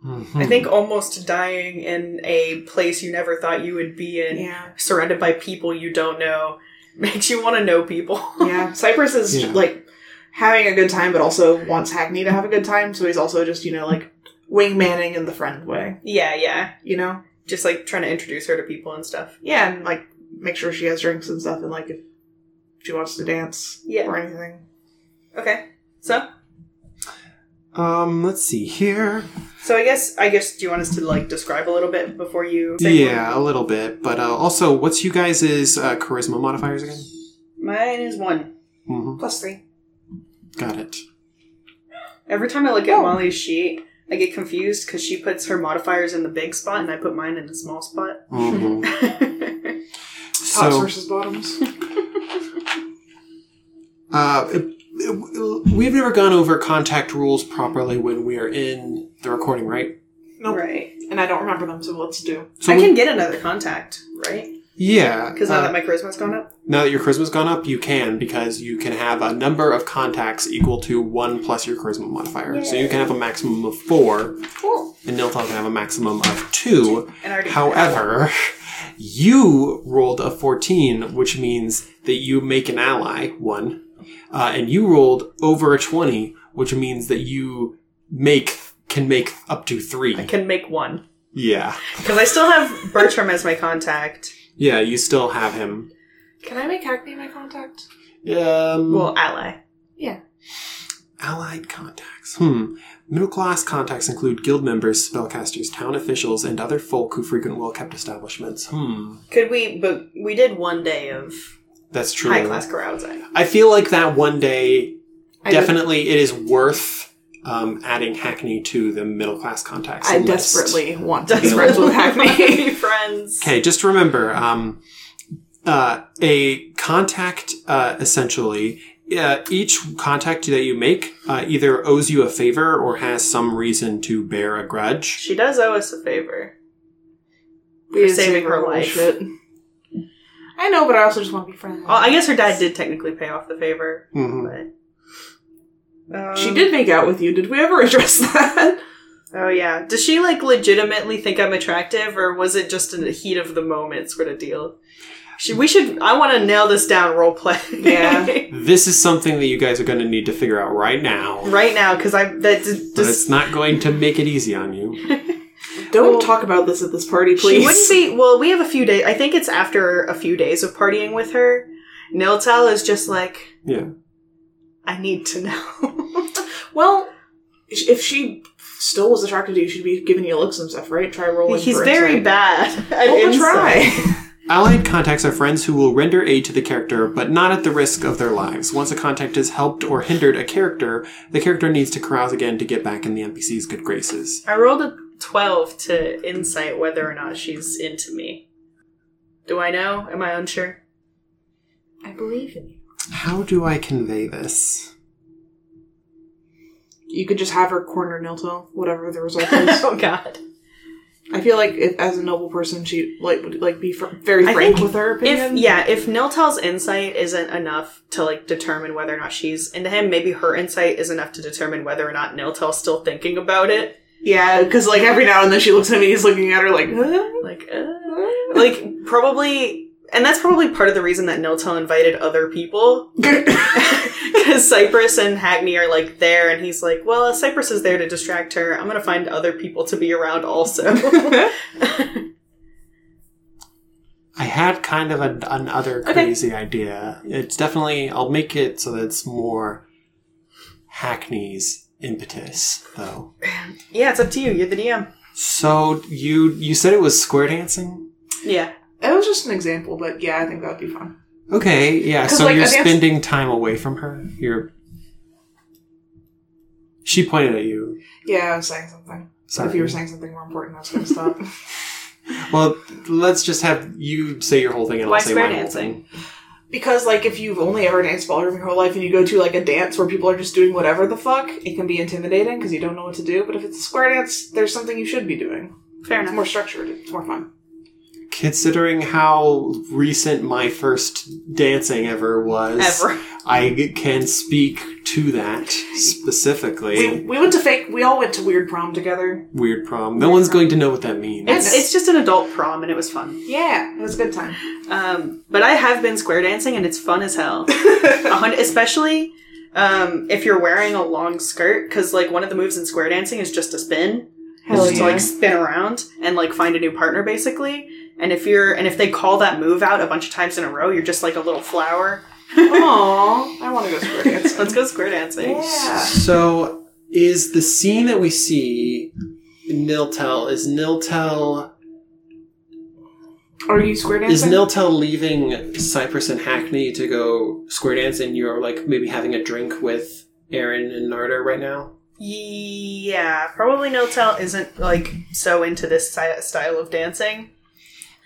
Speaker 1: Mm-hmm.
Speaker 2: I think almost dying in a place you never thought you would be in,
Speaker 3: [laughs] yeah.
Speaker 2: surrounded by people you don't know, [laughs] makes you want to know people. [laughs]
Speaker 3: Yeah. Cypress is
Speaker 1: Yeah.
Speaker 3: like having a good time, but also wants Hackney to have a good time. So he's also just, you know, like wingmanning in the friend way,
Speaker 2: yeah, yeah.
Speaker 3: you know?
Speaker 2: Just like trying to introduce her to people and stuff.
Speaker 3: Yeah. And like make sure she has drinks and stuff. And like if she wants to dance
Speaker 2: Yeah.
Speaker 3: or anything.
Speaker 2: Okay. So,
Speaker 1: Um, let's see here.
Speaker 2: so I guess I guess do you want us to like describe a little bit before you?
Speaker 1: Yeah, a little bit. But uh, also, what's you guys' uh, charisma modifiers again?
Speaker 2: Mine is one.
Speaker 1: hmm
Speaker 3: Plus three.
Speaker 1: Got it.
Speaker 2: Every time I look at
Speaker 3: Oh.
Speaker 2: Molly's sheet, I get confused because she puts her modifiers in the big spot and I put mine in the small spot. [laughs]
Speaker 1: hmm
Speaker 3: Tops
Speaker 1: so,
Speaker 3: versus bottoms.
Speaker 1: uh, it- it- we've never gone over contact rules properly when we are in the recording, right?
Speaker 3: Nope.
Speaker 2: Right.
Speaker 3: [laughs] And I don't remember them, so let's do.
Speaker 1: So
Speaker 2: I
Speaker 1: we-
Speaker 2: can get another contact, right?
Speaker 1: yeah.
Speaker 2: Because
Speaker 1: uh,
Speaker 2: now that my charisma's gone up.
Speaker 1: Now that your charisma's gone up, you can because you can have a number of contacts equal to one plus your charisma modifier. So you can have a maximum of four,
Speaker 2: Cool.
Speaker 1: and Nilthal can have a maximum of two.
Speaker 2: And I already
Speaker 1: However, you rolled a fourteen, which means that you make an ally one, uh, and you rolled over a twenty, which means that you make can make up to three.
Speaker 2: I can make one.
Speaker 1: Yeah,
Speaker 2: Because I still have Bertram as my contact.
Speaker 1: yeah. You still have him.
Speaker 3: Can I make Hackney my contact?
Speaker 1: Um,
Speaker 2: Well, ally.
Speaker 1: Allied contacts. Hmm. Middle class contacts include guild members, spellcasters, town officials, and other folk who frequent well kept establishments. Hmm.
Speaker 2: Could we? But we did one day of
Speaker 1: That's true.
Speaker 2: high class carousing.
Speaker 1: I feel like that one day,
Speaker 3: I
Speaker 1: definitely, it is worth um, adding Hackney to the middle class contacts.
Speaker 3: I
Speaker 1: list.
Speaker 3: desperately want to be friends
Speaker 2: Desperately
Speaker 3: with [laughs]
Speaker 2: want to
Speaker 1: [laughs]
Speaker 3: Hackney.
Speaker 2: be friends.
Speaker 1: Okay, just remember um, uh, a contact uh, essentially. Uh, each contact that you make uh, either owes you a favor or has some reason to bear a grudge.
Speaker 2: She does owe us a favor.
Speaker 3: We
Speaker 2: For saving her life.
Speaker 3: I know, but I also just want to be friends.
Speaker 2: Well, I guess her dad did technically pay off the favor,
Speaker 1: hmm
Speaker 2: but um,
Speaker 3: she did make out with you. Did we ever [laughs] address that?
Speaker 2: Oh yeah. Does she like legitimately think I'm attractive, or was it just in the heat of the moment sort of deal? She, we should. I want to nail this down. Role play.
Speaker 3: Yeah.
Speaker 1: This is something that you guys are going to need to figure out right now.
Speaker 2: [laughs] right now, because I that just,
Speaker 1: But it's not going to make it easy on you.
Speaker 3: Don't
Speaker 2: Well,
Speaker 3: talk about this at this party, please.
Speaker 2: She wouldn't be. Well, we have a few days. I think it's after a few days of partying with her. Niltal is just like,
Speaker 1: Yeah.
Speaker 2: I need to know.
Speaker 3: Well, if she still was attracted to you, she'd be giving you looks and stuff, right? Try rolling.
Speaker 2: He's
Speaker 3: for
Speaker 2: very
Speaker 3: insight.
Speaker 2: bad. At
Speaker 3: Well, we'll
Speaker 2: insight.
Speaker 3: try.
Speaker 1: Allied contacts are friends who will render aid to the character, but not at the risk of their lives. Once a contact has helped or hindered a character, the character needs to carouse again to get back in the NPC's good graces.
Speaker 2: I rolled a twelve to insight whether or not she's into me. Do I know? Am I unsure?
Speaker 4: I believe in you.
Speaker 1: How do I convey this?
Speaker 3: [laughs] you could just have her corner Nilto, whatever the result [laughs] is.
Speaker 2: [laughs] oh God!
Speaker 3: I feel like if, as a noble person, she like would like be fr- very
Speaker 2: I
Speaker 3: frank
Speaker 2: think
Speaker 3: with her
Speaker 2: If
Speaker 3: opinion.
Speaker 2: yeah, if Niltal's insight isn't enough to like determine whether or not she's into him, maybe her insight is enough to determine whether or not Niltal's still thinking about it.
Speaker 3: yeah, because like every now and then she looks at me, he's looking at her like, huh?
Speaker 2: like uh, like probably and that's probably part of the reason that Niltel invited other [laughs] people because Cypress and Hackney are like there, and he's like, "Well, Cypress is there to distract her. I'm gonna find other people to be around also."
Speaker 1: I had kind of an, another crazy idea. It's definitely I'll make it so that it's more Hackney's impetus, though.
Speaker 2: [laughs] yeah, it's up to you. You're the DM.
Speaker 1: So you you said it was square dancing.
Speaker 2: Yeah,
Speaker 3: [laughs] It was just an example, but yeah, I think that would be fun.
Speaker 1: Okay, yeah.
Speaker 3: 'Cause,
Speaker 1: So
Speaker 3: like,
Speaker 1: you're
Speaker 3: I think-
Speaker 1: spending time away from her. You're. She pointed at you.
Speaker 3: Yeah, I was saying something. So
Speaker 1: Sorry.
Speaker 3: if you were saying something more important, I was going to stop. [laughs]
Speaker 1: Well, let's just have you say your whole thing and
Speaker 2: Why
Speaker 1: I'll say
Speaker 2: square
Speaker 1: my whole
Speaker 2: dancing?
Speaker 1: thing.
Speaker 3: because like if you've only ever danced ballroom your whole life and you go to like a dance where people are just doing whatever the fuck, it can be intimidating because you don't know what to do. But if it's a square dance, there's something you should be doing.
Speaker 2: fair
Speaker 3: It's
Speaker 2: enough.
Speaker 3: more structured. It's more fun.
Speaker 1: Considering how recent my first dancing ever was,
Speaker 2: Ever.
Speaker 1: I g- can speak to
Speaker 3: [laughs]
Speaker 1: that
Speaker 3: We,
Speaker 1: specifically.
Speaker 3: we went to fake. We all went to weird prom together.
Speaker 1: Weird prom. No one's going to know what that means.
Speaker 2: It's it's just an adult prom, and it was fun.
Speaker 3: Yeah, it was a good time.
Speaker 2: Um, but I have been square dancing, and it's fun as [laughs] hell. A hun- Especially um, if you're wearing a long skirt, because like one of the moves in square dancing is just to spin, is
Speaker 3: Hell
Speaker 2: just to like spin around and like find a new partner, basically. And if you're and if they call that move out a bunch of times in a row, you're just like a little flower.
Speaker 3: Aww, I want to go
Speaker 2: [laughs]
Speaker 3: square dancing.
Speaker 2: Let's go square dancing.
Speaker 3: Yeah.
Speaker 1: So, is the scene that we see Niltel is Niltel
Speaker 3: Are you square dancing?
Speaker 1: is Niltel leaving Cypress and Hackney to go square dance, and you're like maybe having a drink with Aaron and Narda right now?
Speaker 2: Yeah, probably No Tell isn't like so into this sty- style of dancing.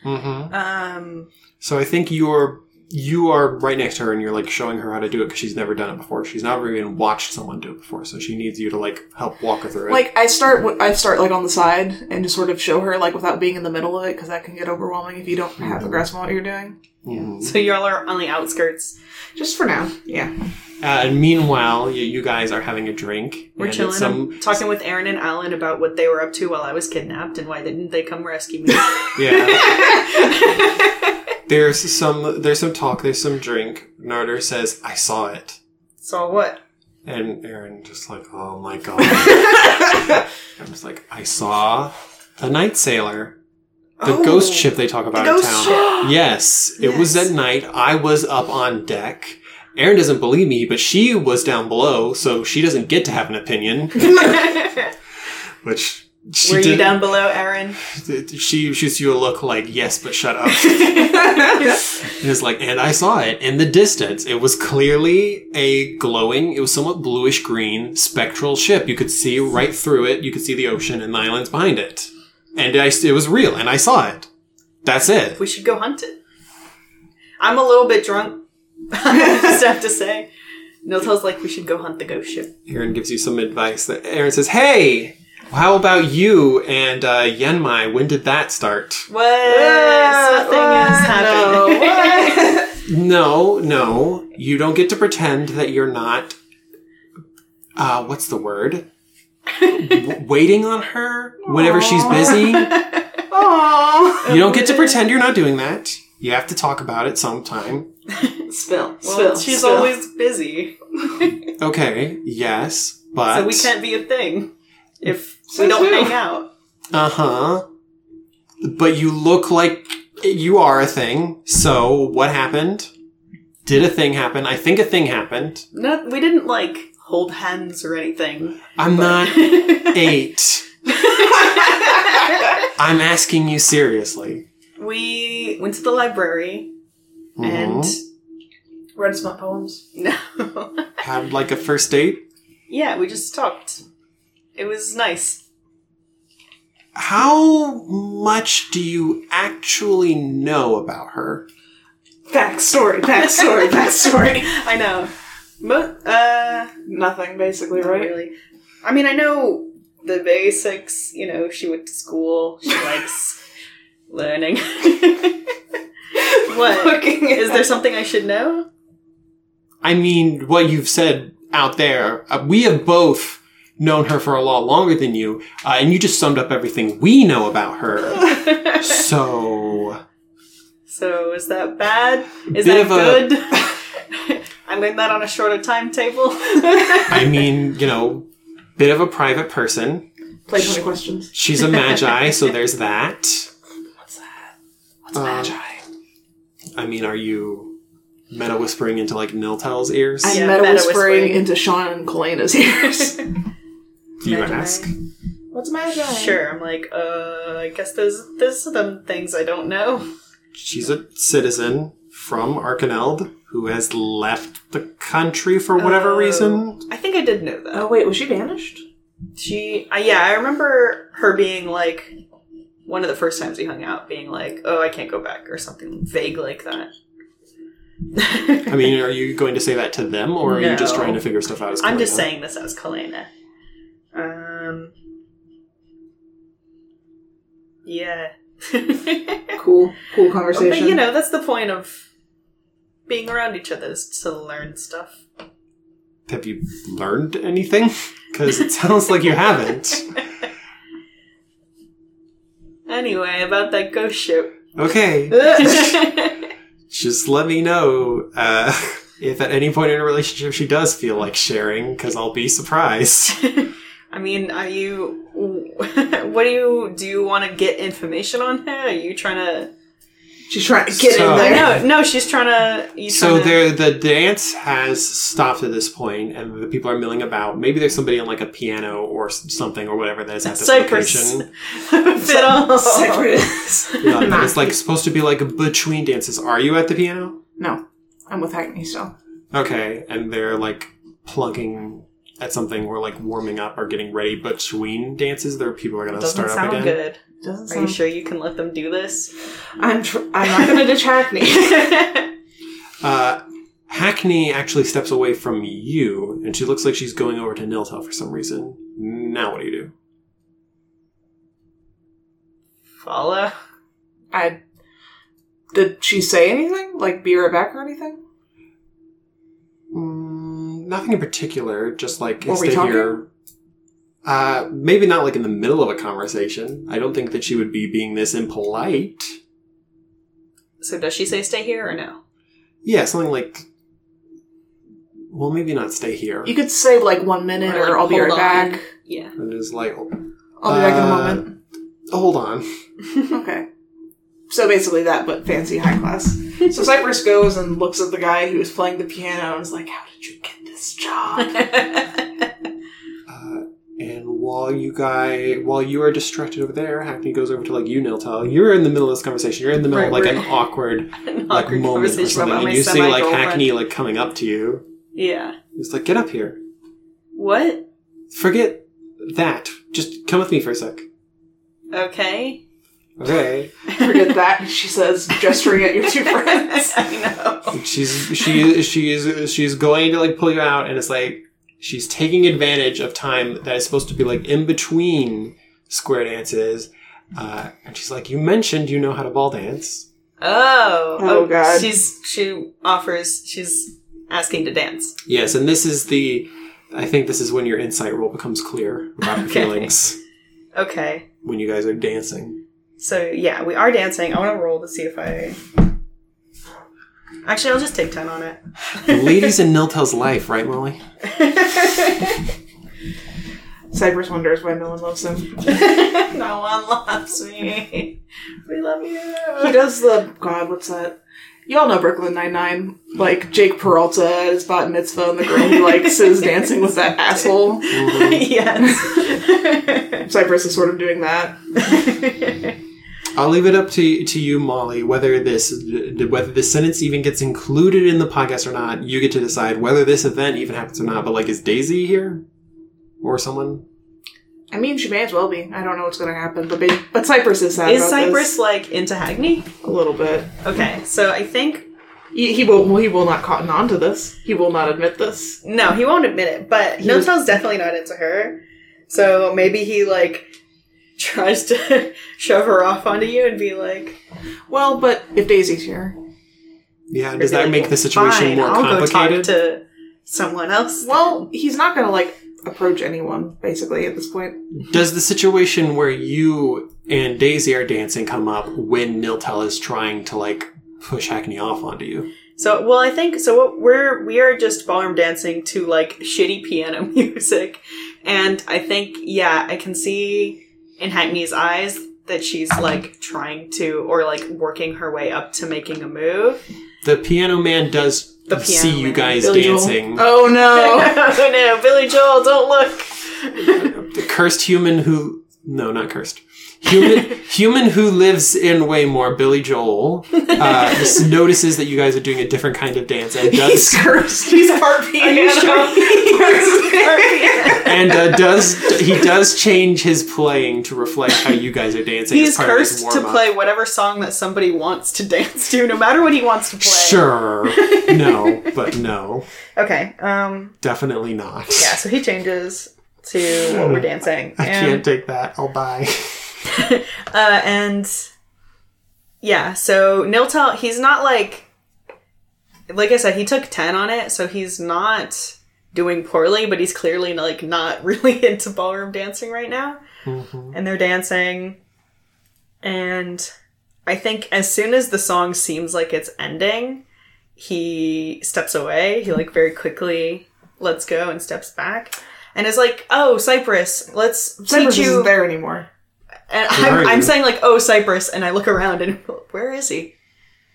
Speaker 1: Mm-hmm.
Speaker 2: Um,
Speaker 1: So I think you're you are right next to her, and you're like showing her how to do it because she's never done it before. She's never even watched someone do it before, so she needs you to like help walk her through it.
Speaker 3: like I start, wi- I start like on the side and just sort of show her like without being in the middle of it because that can get overwhelming if you don't have a grasp on what you're doing.
Speaker 1: Mhm.
Speaker 2: so y'all are on the outskirts.
Speaker 3: Just for now, yeah. [laughs]
Speaker 1: Uh, and meanwhile, you, you guys are having a drink.
Speaker 2: We're
Speaker 1: and it's
Speaker 2: chilling.
Speaker 1: Some,
Speaker 2: I'm talking with Aaron and Alan about what they were up to while I was kidnapped and why didn't they come rescue
Speaker 3: [laughs]
Speaker 2: me.
Speaker 1: yeah. there's some. There's some talk. There's some drink. Narder says, "I saw it,"
Speaker 2: so what?
Speaker 1: and Aaron just like, "Oh my
Speaker 2: [laughs]
Speaker 1: god." I'm just like, "I saw the night sailor." The
Speaker 2: Oh.
Speaker 1: ghost ship they talk about in
Speaker 2: ghost
Speaker 1: town.
Speaker 2: ship.
Speaker 1: Yes, it was
Speaker 2: Yes.
Speaker 1: at night. I was up on deck. Aaron doesn't believe me, but she was down below, so she doesn't get to have an
Speaker 2: [laughs]
Speaker 1: opinion. Which she
Speaker 2: were you
Speaker 1: did-
Speaker 2: down below, Aaron?
Speaker 1: she shoots you a look like yes but shut up
Speaker 3: [laughs]
Speaker 1: and it's like and i saw it in the distance it was clearly a glowing it was somewhat bluish green spectral ship you could see right through it you could see the ocean and the islands behind it and I, it was real and i saw it that's it
Speaker 2: We should go hunt it. I'm a little bit drunk. [laughs] I just have to say. Niltel's like, we should go hunt the ghost ship.
Speaker 1: aaron gives you some advice that aaron says hey how about you and uh, yenmai when did that start
Speaker 2: What?
Speaker 3: Ah,
Speaker 2: Nothing
Speaker 3: Oh,
Speaker 2: has happened.
Speaker 3: [laughs]
Speaker 1: No, no. You don't get to pretend that you're not. Uh, what's the word? W- waiting on her whenever she's busy. You
Speaker 3: Aww.
Speaker 1: don't get to pretend you're not doing that. You have to talk about it sometime.
Speaker 3: [laughs] Spill.
Speaker 2: [laughs] Well,
Speaker 3: spill.
Speaker 2: she's
Speaker 3: spill.
Speaker 2: always busy,
Speaker 1: Okay, yes, but.
Speaker 2: so we can't be a thing if
Speaker 3: So
Speaker 2: we don't
Speaker 3: who?
Speaker 2: hang out.
Speaker 1: Uh huh. But you look like you are a thing. So what happened? Did a thing happen? I think a thing happened.
Speaker 2: No, we didn't like hold hands or anything. [laughs]
Speaker 1: I'm not eight. I'm asking you seriously.
Speaker 2: We went to the library and
Speaker 1: Mhm.
Speaker 3: read smut poems.
Speaker 1: Mm-hmm.
Speaker 2: no,
Speaker 1: Had like a first date?
Speaker 2: [laughs] yeah, we just talked. It was nice.
Speaker 1: How much do you actually know about her?
Speaker 3: Backstory. [laughs] Backstory.
Speaker 2: [laughs]
Speaker 3: backstory.
Speaker 2: I know. Mo- uh,
Speaker 3: Nothing basically,
Speaker 2: not
Speaker 3: right? [laughs]
Speaker 2: really. I mean, I know the basics. You know, she went to school.
Speaker 1: [laughs]
Speaker 2: She likes learning. [laughs] what
Speaker 3: Looking
Speaker 2: is there something I should know? [laughs]
Speaker 1: I mean, what you've said out there, uh, we have both known her for a lot longer than you, uh, [laughs] and you just summed up everything we know about her. so,
Speaker 2: So is that bad? Is
Speaker 1: Bit
Speaker 2: that
Speaker 1: of a-
Speaker 2: good?
Speaker 1: [laughs]
Speaker 2: [laughs] I'm doing that on a shorter timetable. [laughs]
Speaker 1: I mean, you know, bit of a private person.
Speaker 3: Play 20 questions.
Speaker 1: She's a magi, [laughs] so there's that. What's that? What's magi? I mean, are you meta whispering into like Niltel's ears?
Speaker 3: I'm
Speaker 2: Yeah,
Speaker 3: meta
Speaker 2: meta
Speaker 3: whispering
Speaker 2: whispering.
Speaker 3: into Sean and Kalena's ears.
Speaker 1: Do you
Speaker 4: Magi.
Speaker 1: ask?
Speaker 3: [laughs] What's magic?
Speaker 2: sure, I'm like, uh, I guess those those are the things I don't know.
Speaker 1: She's a citizen from Arkaneld who has left the country for whatever
Speaker 2: Oh.
Speaker 1: reason.
Speaker 2: I think I did know that.
Speaker 3: Oh wait, was she banished?
Speaker 2: She, uh, yeah, I remember her being like one of the first times we hung out, being like, "Oh, I can't go back" or something vague like that.
Speaker 1: I mean, are you going to say that to them, or are you just
Speaker 2: No.
Speaker 1: trying to figure stuff out? As
Speaker 2: [laughs] I'm just
Speaker 1: Kalina?
Speaker 2: saying this as Kalena. Um, yeah, [laughs] but
Speaker 3: Cool, cool conversation.
Speaker 2: you know that's the point of being around each other is to learn stuff.
Speaker 1: Have you learned anything? [laughs] Because it sounds like you haven't.
Speaker 2: Anyway, about that ghost ship. [laughs]
Speaker 1: Okay, just let me know uh, [laughs] if at any point in a relationship she does feel like sharing, because I'll be surprised.
Speaker 2: I mean, are you? [laughs] What do you do? You want to get information on her? Are you trying to?
Speaker 3: she's trying to get
Speaker 1: So-
Speaker 3: in there.
Speaker 2: No, no, she's trying to. You
Speaker 1: Oh. So
Speaker 2: trying to- [laughs]
Speaker 1: there, the dance has stopped at this point, and the people are milling about. Maybe there's somebody on like a piano or s- something or whatever that is at this
Speaker 2: Cypress.
Speaker 1: location. [laughs]
Speaker 2: fiddle. [laughs]
Speaker 3: Cypress.
Speaker 1: Yeah, that is like supposed to be like between dances. Are you at the piano?
Speaker 3: No, I'm with Hackney still.
Speaker 1: Okay, and they're like plugging at something or like warming up or getting ready between dances. There, people are gonna
Speaker 2: Doesn't
Speaker 1: start up
Speaker 2: sound
Speaker 1: again.
Speaker 2: good.
Speaker 3: Doesn't
Speaker 2: Are you
Speaker 3: sound.
Speaker 2: sure you can let them do this?
Speaker 3: I'm. Tr- I'm not [laughs] gonna ditch Hackney.
Speaker 1: Uh, Hackney actually steps away from you, and she looks like she's going over to Niltel for some reason. Now, what do you do?
Speaker 2: Follow.
Speaker 3: I. Did she say anything? Like, be right back or anything?
Speaker 1: Mm, nothing in particular. Just like
Speaker 3: Were
Speaker 1: if
Speaker 3: we
Speaker 1: they
Speaker 3: talking?
Speaker 1: hear- Uh, maybe not like in the middle of a conversation. I don't think that she would be being this impolite.
Speaker 2: So does she say stay here or no?
Speaker 1: Yeah, something like. Well, maybe not stay here.
Speaker 3: You could say like one minute or,
Speaker 2: like,
Speaker 3: I'll be right
Speaker 2: hold on.
Speaker 3: back.
Speaker 2: Yeah.
Speaker 1: [laughs] And it's like,
Speaker 3: I'll be back in a
Speaker 1: Uh,
Speaker 3: moment. [laughs]
Speaker 1: hold on.
Speaker 3: Okay. So basically that, but fancy high class. So Cypress goes and looks at the guy who was playing the piano and is like, "How did you get
Speaker 2: [laughs]
Speaker 3: this job?"
Speaker 1: Uh, and while you guy, while you are distracted over there, Hackney goes over to like you, Niltel. You're in the middle of this conversation. You're in the middle of
Speaker 2: Right,
Speaker 1: like an
Speaker 2: we're-
Speaker 1: awkward
Speaker 2: An
Speaker 1: like
Speaker 2: awkward
Speaker 1: moment or
Speaker 2: conversation
Speaker 1: something,
Speaker 2: about
Speaker 1: and
Speaker 2: my
Speaker 1: you see like
Speaker 2: semi-girlfriend.
Speaker 1: Hackney like coming up to you.
Speaker 2: Yeah.
Speaker 1: He's like, "Get up here.
Speaker 2: What?
Speaker 1: Forget that. Just come with me for a sec."
Speaker 2: Okay.
Speaker 1: Okay.
Speaker 2: [laughs]
Speaker 3: Forget that. She says, gesturing at your two friends.
Speaker 2: I know.
Speaker 1: She's she she is she's going to like pull you out, and it's like she's taking advantage of time that is supposed to be like in between square dances. Uh, and she's like, "You mentioned you know how to ball dance."
Speaker 2: Oh,
Speaker 3: Oh, God.
Speaker 2: She's she offers. She's asking to dance.
Speaker 1: Yes, and this is the. I think this is when your insight role becomes clear about your
Speaker 2: Okay.
Speaker 1: feelings
Speaker 2: Okay,
Speaker 1: when you guys are dancing.
Speaker 2: so yeah, we are dancing. I want to roll to see if I. Actually, I'll just take ten on it. [laughs]
Speaker 1: Ladies in Niltel's life, right, Molly?
Speaker 3: Cypress wonders why no one loves him.
Speaker 2: no one loves me. We love
Speaker 3: He
Speaker 2: you. [laughs]
Speaker 3: does the God, what's that? Y'all know Brooklyn Nine Nine, like Jake Peralta at his bat mitzvah, and the girl who likes is dancing
Speaker 2: [laughs]
Speaker 3: with that asshole.
Speaker 2: yes.
Speaker 3: Cypress is sort of doing that.
Speaker 1: I'll leave it up to to you, Molly, whether this whether this sentence even gets included in the podcast or not. You get to decide whether this event even happens or not. But like, is Daisy here or someone?
Speaker 3: I mean, she may as well be. I don't know what's going to happen, but ba- but Cypress is sad.
Speaker 2: Is
Speaker 3: about
Speaker 2: Cypress
Speaker 3: Cypress
Speaker 2: like into Hackney?
Speaker 3: a little bit?
Speaker 2: Okay, so I think
Speaker 3: He, he will. Well, he will not cotton on to this. He will not admit this.
Speaker 2: No, he won't admit it, but
Speaker 3: He
Speaker 2: No
Speaker 3: was-
Speaker 2: Tell's definitely not into her. So maybe he like [laughs] tries to [laughs] shove her off onto you and be like,
Speaker 3: Well, but if Daisy's here,
Speaker 1: Yeah. Does
Speaker 2: be
Speaker 1: that
Speaker 2: like,
Speaker 1: make the situation
Speaker 2: "Fine,
Speaker 1: more
Speaker 2: I'll
Speaker 1: complicated?
Speaker 2: Go talk to someone else.
Speaker 3: well, he's not going to like approach anyone basically at this point.
Speaker 1: Does the situation where you and Daisy are dancing come up when Niltel is trying to like push Hackney off onto you.
Speaker 2: So, well, I think so. What we're we are just ballroom dancing to like shitty piano [laughs] music, and I think yeah, I can see in Hackney's eyes that she's like trying to or like working her way up to making a move. [laughs]
Speaker 1: [laughs] The piano man does
Speaker 2: The piano
Speaker 1: see you
Speaker 2: man.
Speaker 1: guys
Speaker 3: Billy Joel.
Speaker 1: dancing.
Speaker 3: Oh
Speaker 1: [laughs]
Speaker 3: no!
Speaker 2: Oh no, Billy Joel, don't look.
Speaker 1: The cursed human who no, not cursed.
Speaker 2: [laughs]
Speaker 1: Human human who lives in Waymore, Billy Joel,
Speaker 2: [laughs]
Speaker 1: uh, just notices that you guys are doing a different kind of dance and does
Speaker 3: cursed. He's part
Speaker 2: [laughs] Are you
Speaker 3: piano. [laughs]
Speaker 2: sure?
Speaker 1: and uh, does he does change his playing to reflect how you guys are dancing. as
Speaker 2: He's
Speaker 1: part of his
Speaker 2: cursed to
Speaker 1: warm-up.
Speaker 2: play whatever song that somebody wants to dance to, no matter what he wants to play.
Speaker 1: Sure,
Speaker 2: [laughs]
Speaker 1: no, but no,
Speaker 2: Okay. Um.
Speaker 1: definitely not.
Speaker 2: Yeah. So he changes to what we're dancing.
Speaker 1: I
Speaker 2: and-
Speaker 1: can't take that. I'll buy.
Speaker 2: Uh, and yeah, so Niltel, he's not like, like I said, he took 10 on it, so he's not doing poorly, but he's clearly like not [laughs] really into ballroom dancing right now. And they're dancing. And I think as soon as the song seems like it's ending, he steps away. He like very quickly lets go and steps back. And is like, oh, Cyprus, let's [laughs]
Speaker 3: Cypress
Speaker 2: teach you.
Speaker 3: isn't there anymore.
Speaker 2: And
Speaker 1: Where
Speaker 2: Uh, I'm,
Speaker 1: are
Speaker 2: I'm
Speaker 1: you?
Speaker 2: saying like, oh, Cyprus, and I look around and [laughs] where is he?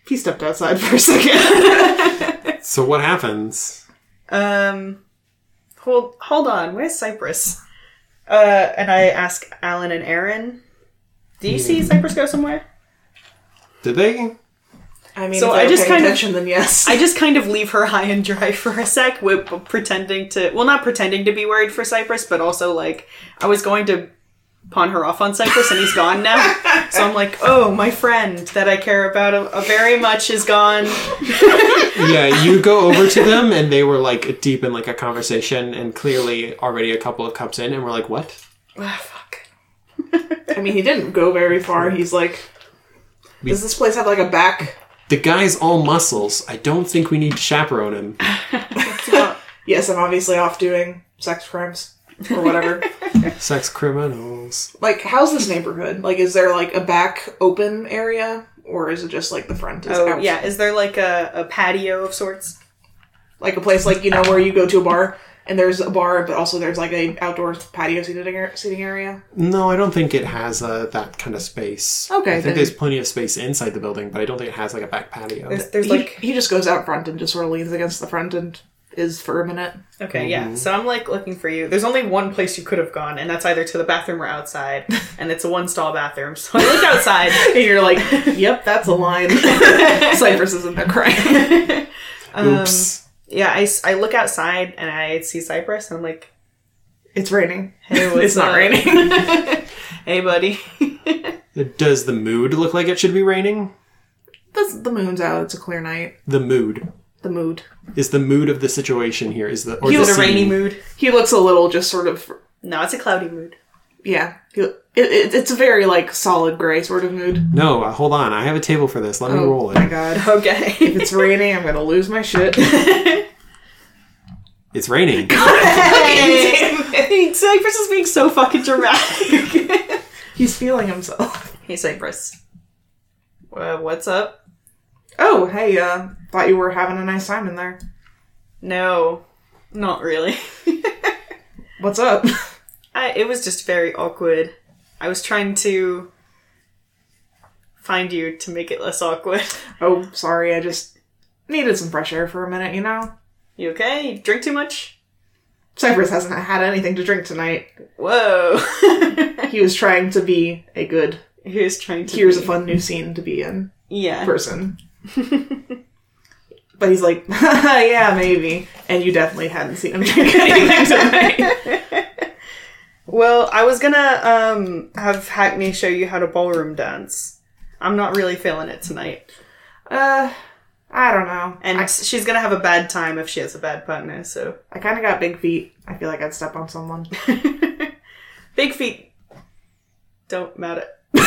Speaker 3: He stepped outside for a second.
Speaker 1: So what happens?
Speaker 2: Um, hold hold on, where's Cyprus? Uh, and I ask Alan and Aaron, do you
Speaker 1: Hmm.
Speaker 2: see Cypress go somewhere?
Speaker 1: Did they?
Speaker 3: I mean,
Speaker 2: So
Speaker 3: if
Speaker 2: I
Speaker 3: I
Speaker 2: just
Speaker 3: just
Speaker 2: kind of-
Speaker 3: attention, then yes.
Speaker 2: I just kind of leave her [laughs] high and dry for a sec, with pretending to well, not pretending to be worried for Cypress, but also like I was going to pawn her off on Cypress, and he's gone
Speaker 1: [laughs]
Speaker 2: now. so I'm like, oh, my friend that I care about uh, very much is gone.
Speaker 1: Yeah, you go over to them and they were like deep in like a conversation and clearly already a couple of cups in and we're like, what?
Speaker 2: Ah, fuck.
Speaker 3: I mean, he didn't go very far. He's like,
Speaker 1: We-
Speaker 3: does this place have like a back?
Speaker 1: The guy's all muscles. I don't think we need to chaperone him.
Speaker 3: Uh, Yes, I'm obviously off doing sex crimes or [laughs] whatever.
Speaker 1: Sex criminals.
Speaker 3: like, how's this neighborhood? Like, is there like a back open area, or is it just like the front is
Speaker 2: Oh
Speaker 3: out?
Speaker 2: yeah, is there like a, a patio of sorts?
Speaker 3: like a place like you know where you go to a bar and there's a bar, but also there's like a outdoor patio seating ar- seating area.
Speaker 1: No, I don't think it has uh, that kind of space.
Speaker 3: Okay,
Speaker 1: I think
Speaker 3: then-
Speaker 1: there's plenty of space inside the building, but I don't think it has like a back patio.
Speaker 2: There's, there's
Speaker 3: He-
Speaker 2: like
Speaker 3: he, just goes out front and just sort of leans against the front and is for a minute.
Speaker 2: okay, yeah. So I'm like looking for you. There's only one place you could have gone, and that's either to the bathroom or outside, [laughs] and it's a one stall bathroom. So I looked outside. [laughs]
Speaker 3: And you're [laughs] like, "Yep, that's a line." [laughs] Cypress isn't there crying. [laughs]
Speaker 1: Oops.
Speaker 2: yeah, I, s- I look outside and I see Cypress, and I'm like,
Speaker 3: It's raining.
Speaker 2: [laughs] hey, what's
Speaker 3: it's not
Speaker 2: up?
Speaker 3: raining.
Speaker 2: [laughs] Hey, buddy.
Speaker 1: Does the mood look like it should be raining?
Speaker 3: the, the moon's out. It's a clear night.
Speaker 1: The mood.
Speaker 3: The mood.
Speaker 1: Is the mood of the situation here? Is the or
Speaker 2: You
Speaker 1: the
Speaker 2: in a rainy
Speaker 1: scene-
Speaker 2: mood?
Speaker 3: He looks a little just sort of
Speaker 2: No, it's a cloudy mood.
Speaker 3: yeah. He, it, it, it's a very like solid gray sort of mood. Oh
Speaker 1: No, uh, hold on. I have a table for this. Let me roll
Speaker 3: my
Speaker 1: it.
Speaker 2: [laughs]
Speaker 3: god.
Speaker 2: Okay.
Speaker 3: It's raining. I'm gonna lose
Speaker 2: [laughs]
Speaker 3: my shit.
Speaker 1: It's raining.
Speaker 2: Cypress is being so fucking dramatic.
Speaker 3: He's feeling himself.
Speaker 2: [laughs] hey, Cypress. Uh, what's up?
Speaker 3: Oh hey, uh, thought you were having a nice time in there.
Speaker 2: No, not really. [laughs]
Speaker 3: What's up? [laughs]
Speaker 2: I, it was just very awkward. I was trying to find you to make it less awkward. [laughs]
Speaker 3: oh, sorry. I just needed some fresh air for a minute. You know,
Speaker 2: You okay? You drink too much?
Speaker 3: Cypress hasn't had anything to drink tonight.
Speaker 2: Whoa. [laughs]
Speaker 3: He was trying to be a good.
Speaker 2: he was trying [laughs] to.
Speaker 3: Here's a
Speaker 2: be-
Speaker 3: fun new scene to be
Speaker 2: [laughs]
Speaker 3: in.
Speaker 2: Yeah. [laughs]
Speaker 3: person. but he's like, [laughs] yeah, maybe. And you definitely hadn't seen him [laughs] drink anything tonight.
Speaker 2: Well, I was gonna um, have Hackney show you how to ballroom dance. I'm not really feeling it tonight.
Speaker 3: uh, I don't know.
Speaker 2: And she's gonna have a bad time if she has a bad partner, so.
Speaker 3: I kind of got big feet. I feel like I'd step on someone.
Speaker 2: Big feet don't matter. [laughs]
Speaker 3: big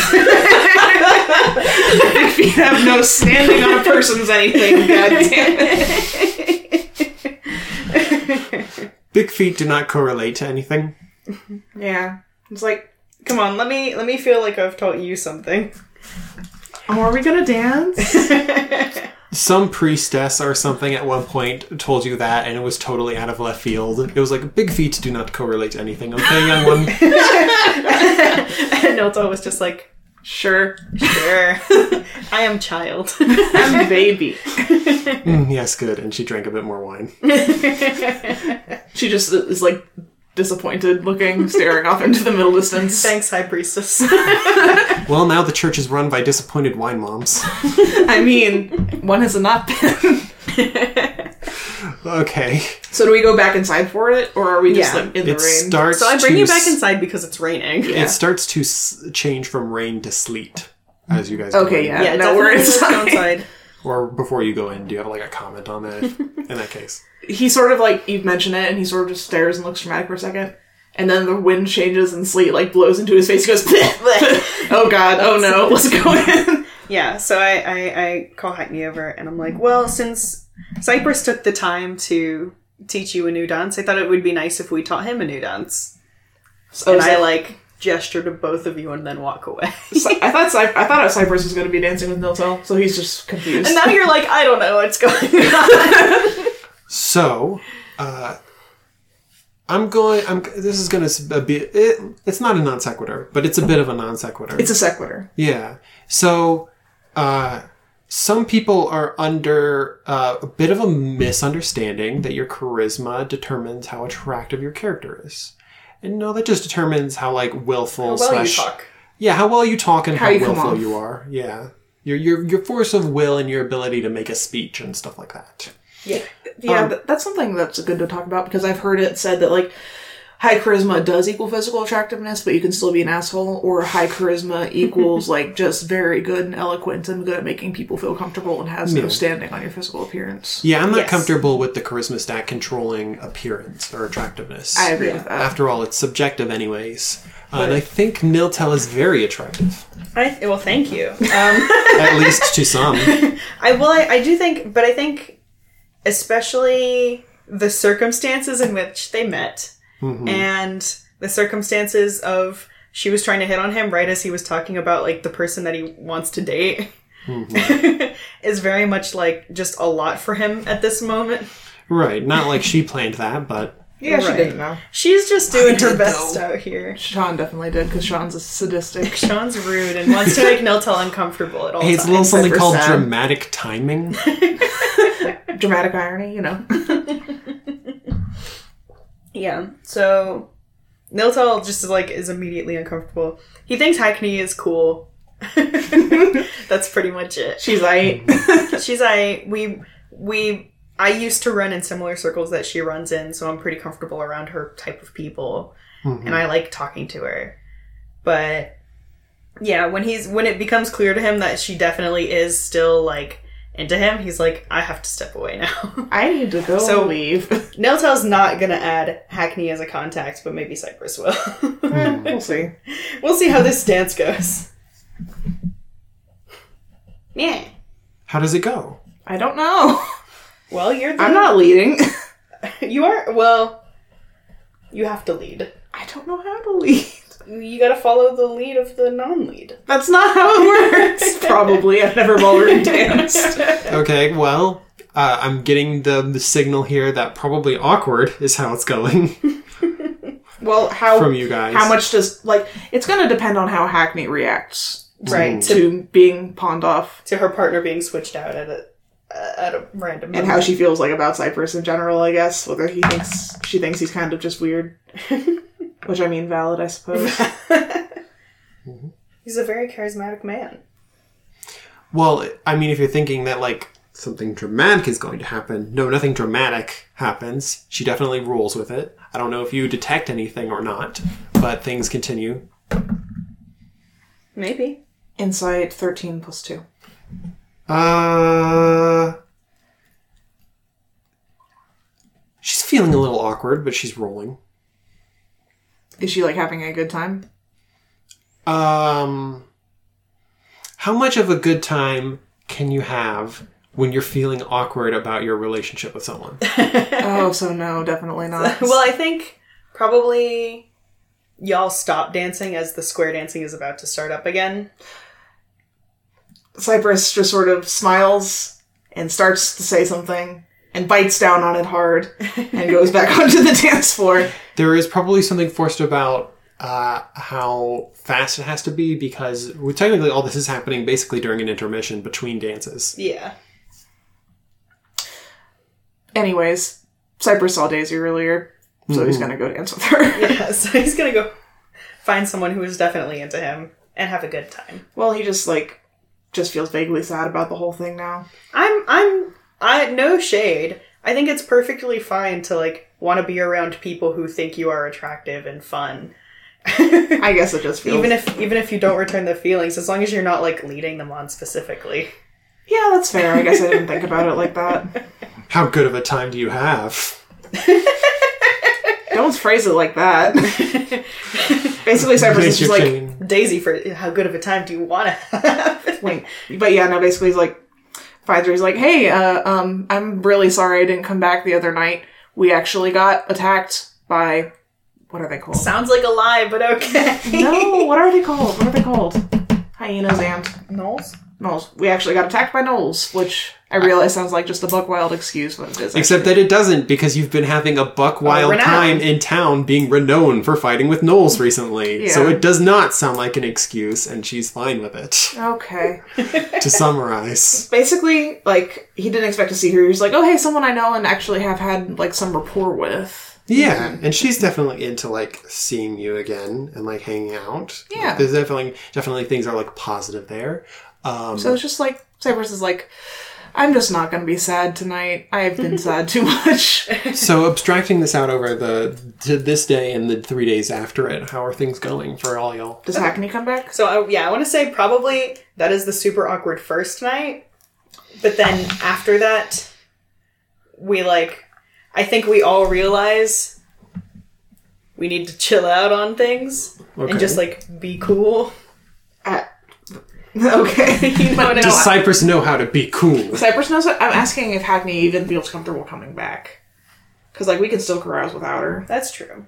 Speaker 3: feet have no standing on a
Speaker 2: [laughs]
Speaker 3: person's anything. Goddamn.
Speaker 1: Big feet do not correlate to anything.
Speaker 3: Yeah. It's like
Speaker 2: Come on, let me let me feel like I've taught you something.
Speaker 3: Oh, are we gonna dance?
Speaker 1: Some priestess or something at one point told you that, and it was totally out of left field. It was like big feet do not correlate to anything. Okay, young one.
Speaker 2: [laughs] and Nilta was just like,
Speaker 3: [laughs] sure.
Speaker 2: sure, [laughs] I am [laughs] child.
Speaker 3: [laughs] I'm baby.
Speaker 1: Mm, yes, good. And she drank a bit more wine.
Speaker 3: She just is like disappointed, looking, staring off into the middle distance.
Speaker 2: Thanks, High Priestess.
Speaker 1: Well, now the church is run by disappointed wine moms.
Speaker 3: I mean, one has not been. [laughs]
Speaker 1: Okay,
Speaker 3: so do we go back inside for it, or are we just
Speaker 2: Yeah.
Speaker 3: like in the
Speaker 1: it
Speaker 3: rain?
Speaker 1: starts.
Speaker 2: so I bring
Speaker 1: to
Speaker 2: you back
Speaker 1: s-
Speaker 2: inside because it's raining.
Speaker 1: It starts to s- change from rain to sleet as you guys. go
Speaker 3: Okay,
Speaker 1: in.
Speaker 3: yeah.
Speaker 2: Yeah,
Speaker 3: no, we're
Speaker 2: definitely let's go [laughs]
Speaker 3: inside.
Speaker 2: inside.
Speaker 1: Or before you go in, do you have like a comment on that? if- in that case,
Speaker 3: He sort of like you mention it, and he sort of just stares and looks dramatic for a second, and then the wind changes and sleet like blows into his face. He goes,
Speaker 2: [laughs]
Speaker 3: [laughs] "Oh God, oh no, let's go [laughs] in."
Speaker 2: Yeah, so I, I, I call Hackney over and I'm like, well, since Cypress took the time to teach you a new dance, I thought it would be nice if we taught him a new dance.
Speaker 3: So
Speaker 2: and
Speaker 3: Cy-
Speaker 2: I like gesture to both of you and then walk away. [laughs]
Speaker 3: Cy- I thought Cy- I thought Cypress was going to be dancing with Niltel, so he's just confused.
Speaker 2: and now you're like, I don't know what's going on.
Speaker 1: so uh, I'm going. I'm. This is going to be. It, it's not a non sequitur, but it's a bit of a non sequitur.
Speaker 3: it's a sequitur.
Speaker 1: Yeah. So, uh, some people are under uh, a bit of a misunderstanding that your charisma determines how attractive your character is. And no, that just determines how like willful slash yeah how well you talk and how,
Speaker 3: you come
Speaker 1: willful
Speaker 3: off.
Speaker 1: you are. Yeah, your your your force of will and your ability to make a speech and stuff like that.
Speaker 2: Yeah.
Speaker 3: Yeah, th- that's something that's good to talk about because I've heard it said that like high charisma does equal physical attractiveness, but you can still be an asshole, or high [laughs] charisma equals like just very good and eloquent and good at making people feel comfortable and has no standing on your physical appearance.
Speaker 1: Yeah, I'm not
Speaker 2: Yes.
Speaker 1: comfortable with the charisma stack controlling appearance or attractiveness.
Speaker 3: I agree with that.
Speaker 1: After all, it's subjective, anyways. Uh, and I think Niltel is very attractive,
Speaker 2: I, well, thank you.
Speaker 1: at least to some.
Speaker 2: I well, I, I do think, but I think, especially the circumstances in which they met,
Speaker 1: Mm-hmm.
Speaker 2: and the circumstances of she was trying to hit on him right as he was talking about like the person that he wants to date.
Speaker 1: Mm-hmm.
Speaker 2: [laughs] is very much like just a lot for him at this moment.
Speaker 1: Right. Not like she planned that, but
Speaker 3: Yeah,
Speaker 2: she
Speaker 3: she
Speaker 2: Right.
Speaker 3: didn't
Speaker 2: didn't
Speaker 3: know.
Speaker 2: She's just doing her
Speaker 1: did,
Speaker 2: best
Speaker 1: though.
Speaker 2: out here.
Speaker 3: Sean definitely did because Sean's a sadistic. [laughs]
Speaker 2: Sean's rude and wants to make Niltel uncomfortable at all
Speaker 1: it's a little
Speaker 2: times.
Speaker 1: something
Speaker 3: Super
Speaker 1: called
Speaker 3: sad.
Speaker 1: dramatic timing.
Speaker 3: Dramatic irony, you know.
Speaker 2: Yeah. So Niltal just is like is immediately uncomfortable. He thinks Hackney is cool. [laughs] That's pretty much it.
Speaker 3: She's like,
Speaker 2: She's I we we I used to run in similar circles that she runs in, so I'm pretty comfortable around her type of people and I like talking to her. But yeah, when he's when it becomes clear to him that she definitely is still like into him, he's like I have to step away now.
Speaker 3: [laughs]
Speaker 2: [laughs]
Speaker 3: I need to go
Speaker 2: So-
Speaker 3: leave.
Speaker 2: Niltel's not going to add Hackney as a contact, but maybe Cypress will.
Speaker 3: Eh, [laughs] we'll see.
Speaker 2: [laughs] We'll see how this dance goes. Yeah.
Speaker 1: How does it go?
Speaker 3: I don't know.
Speaker 2: Well, you're the,
Speaker 3: I'm not leading.
Speaker 2: [laughs]
Speaker 3: [laughs]
Speaker 2: you are well. You have to lead.
Speaker 3: I don't know how to lead.
Speaker 2: You got to follow the lead of the
Speaker 3: [laughs]
Speaker 2: non-lead.
Speaker 3: That's not how it works. Probably. I've never ballroom danced.
Speaker 1: Okay, well, uh, I'm getting the, the signal here that probably awkward is how it's going
Speaker 3: Well, how
Speaker 1: from you guys.
Speaker 3: how much does like it's going to depend on how Hackney reacts
Speaker 2: Right. To,
Speaker 3: to being pawned off
Speaker 2: to her partner being switched out at a uh, at a random
Speaker 3: and how she feels like about Cypress in general. I guess whether he thinks she thinks he's kind of just weird, which I mean, valid, I suppose.
Speaker 2: He's a very charismatic man.
Speaker 1: Well, I mean, if you're thinking that, like, something dramatic is going to happen, no, nothing dramatic happens. She definitely rules with it. I don't know if you detect anything or not, but things continue.
Speaker 2: Maybe.
Speaker 3: Insight thirteen plus two.
Speaker 1: Uh. She's feeling a little awkward, but she's rolling.
Speaker 3: Is she like having a good time?
Speaker 1: Um, how much of a good time can you have when you're feeling awkward about your relationship with someone?
Speaker 3: oh, so no, definitely
Speaker 2: [laughs]
Speaker 3: not.
Speaker 2: Well, I think probably y'all stop dancing as the square dancing is about to start up again.
Speaker 3: Cypress just sort of smiles and starts to say something and bites down on it hard and goes back onto the dance floor.
Speaker 1: There is probably something forced about uh, how fast it has to be because well, technically all this is happening basically during an intermission between dances.
Speaker 2: Yeah.
Speaker 3: Anyways, Cypress saw Daisy earlier, so he's gonna go dance with her. [laughs]
Speaker 2: Yeah, [laughs] so he's gonna go find someone who is definitely into him and have a good time.
Speaker 3: well, he just like just feels vaguely sad about the whole thing now.
Speaker 2: I'm I'm I no shade. I think it's perfectly fine to like want to be around people who think you are attractive and fun.
Speaker 3: I guess it just feels
Speaker 2: even if even if you don't return the feelings, as long as you're not like leading them on specifically.
Speaker 3: Yeah, that's fair. I guess I didn't think about it like that.
Speaker 1: How good of a time do you have?
Speaker 3: Don't phrase it like that. basically, Cypress is
Speaker 1: Thank you,
Speaker 3: just like,
Speaker 1: Jane.
Speaker 2: Daisy for how good of a time do you want to [laughs] have?
Speaker 3: wait. But yeah, no, basically, he's like, Pfizer's like, hey, uh, um, I'm really sorry I didn't come back the other night. We actually got attacked by, what are they called?
Speaker 2: Sounds like a lie, but okay.
Speaker 3: no, what are they called? What are they called? Hyenas and
Speaker 2: Knowles?
Speaker 3: gnolls. We actually got attacked by gnolls, which I realize sounds like just a buck wild excuse, but it is.
Speaker 1: Except that it doesn't because you've been having a
Speaker 3: Oh,
Speaker 1: buck wild
Speaker 2: renowned.
Speaker 1: time in town being renowned for fighting with gnolls recently. So
Speaker 3: Yeah.
Speaker 1: it does not sound like an excuse and she's fine with it.
Speaker 3: okay.
Speaker 1: to
Speaker 3: [laughs]
Speaker 1: summarize.
Speaker 3: basically like he didn't expect to see her. He was like, "Oh, hey, someone I know and actually have had like some rapport with."
Speaker 1: Yeah, and she's definitely into like seeing you again and like hanging out.
Speaker 3: Yeah.
Speaker 1: there's definitely definitely things are like positive there. Um,
Speaker 3: So it's just like Cypress is like, "I'm just not gonna be sad tonight. I've been sad too much."
Speaker 1: so abstracting this out over the to this day and the three days after it, how are things going for all y'all?
Speaker 3: Does Hackney come back? [laughs]
Speaker 2: So I, yeah, I want to say probably that is the super awkward first night, but then after that, we like, I think we all realize we need to chill out on things
Speaker 1: Okay.
Speaker 2: and just like be cool. [laughs]
Speaker 3: Uh, okay.
Speaker 2: You know what I
Speaker 1: Does
Speaker 2: mean?
Speaker 1: Cypress know how to be cool?
Speaker 3: Cypress knows. What, I'm asking if Hackney even feels comfortable coming back, because like we can still carouse without her.
Speaker 2: That's true.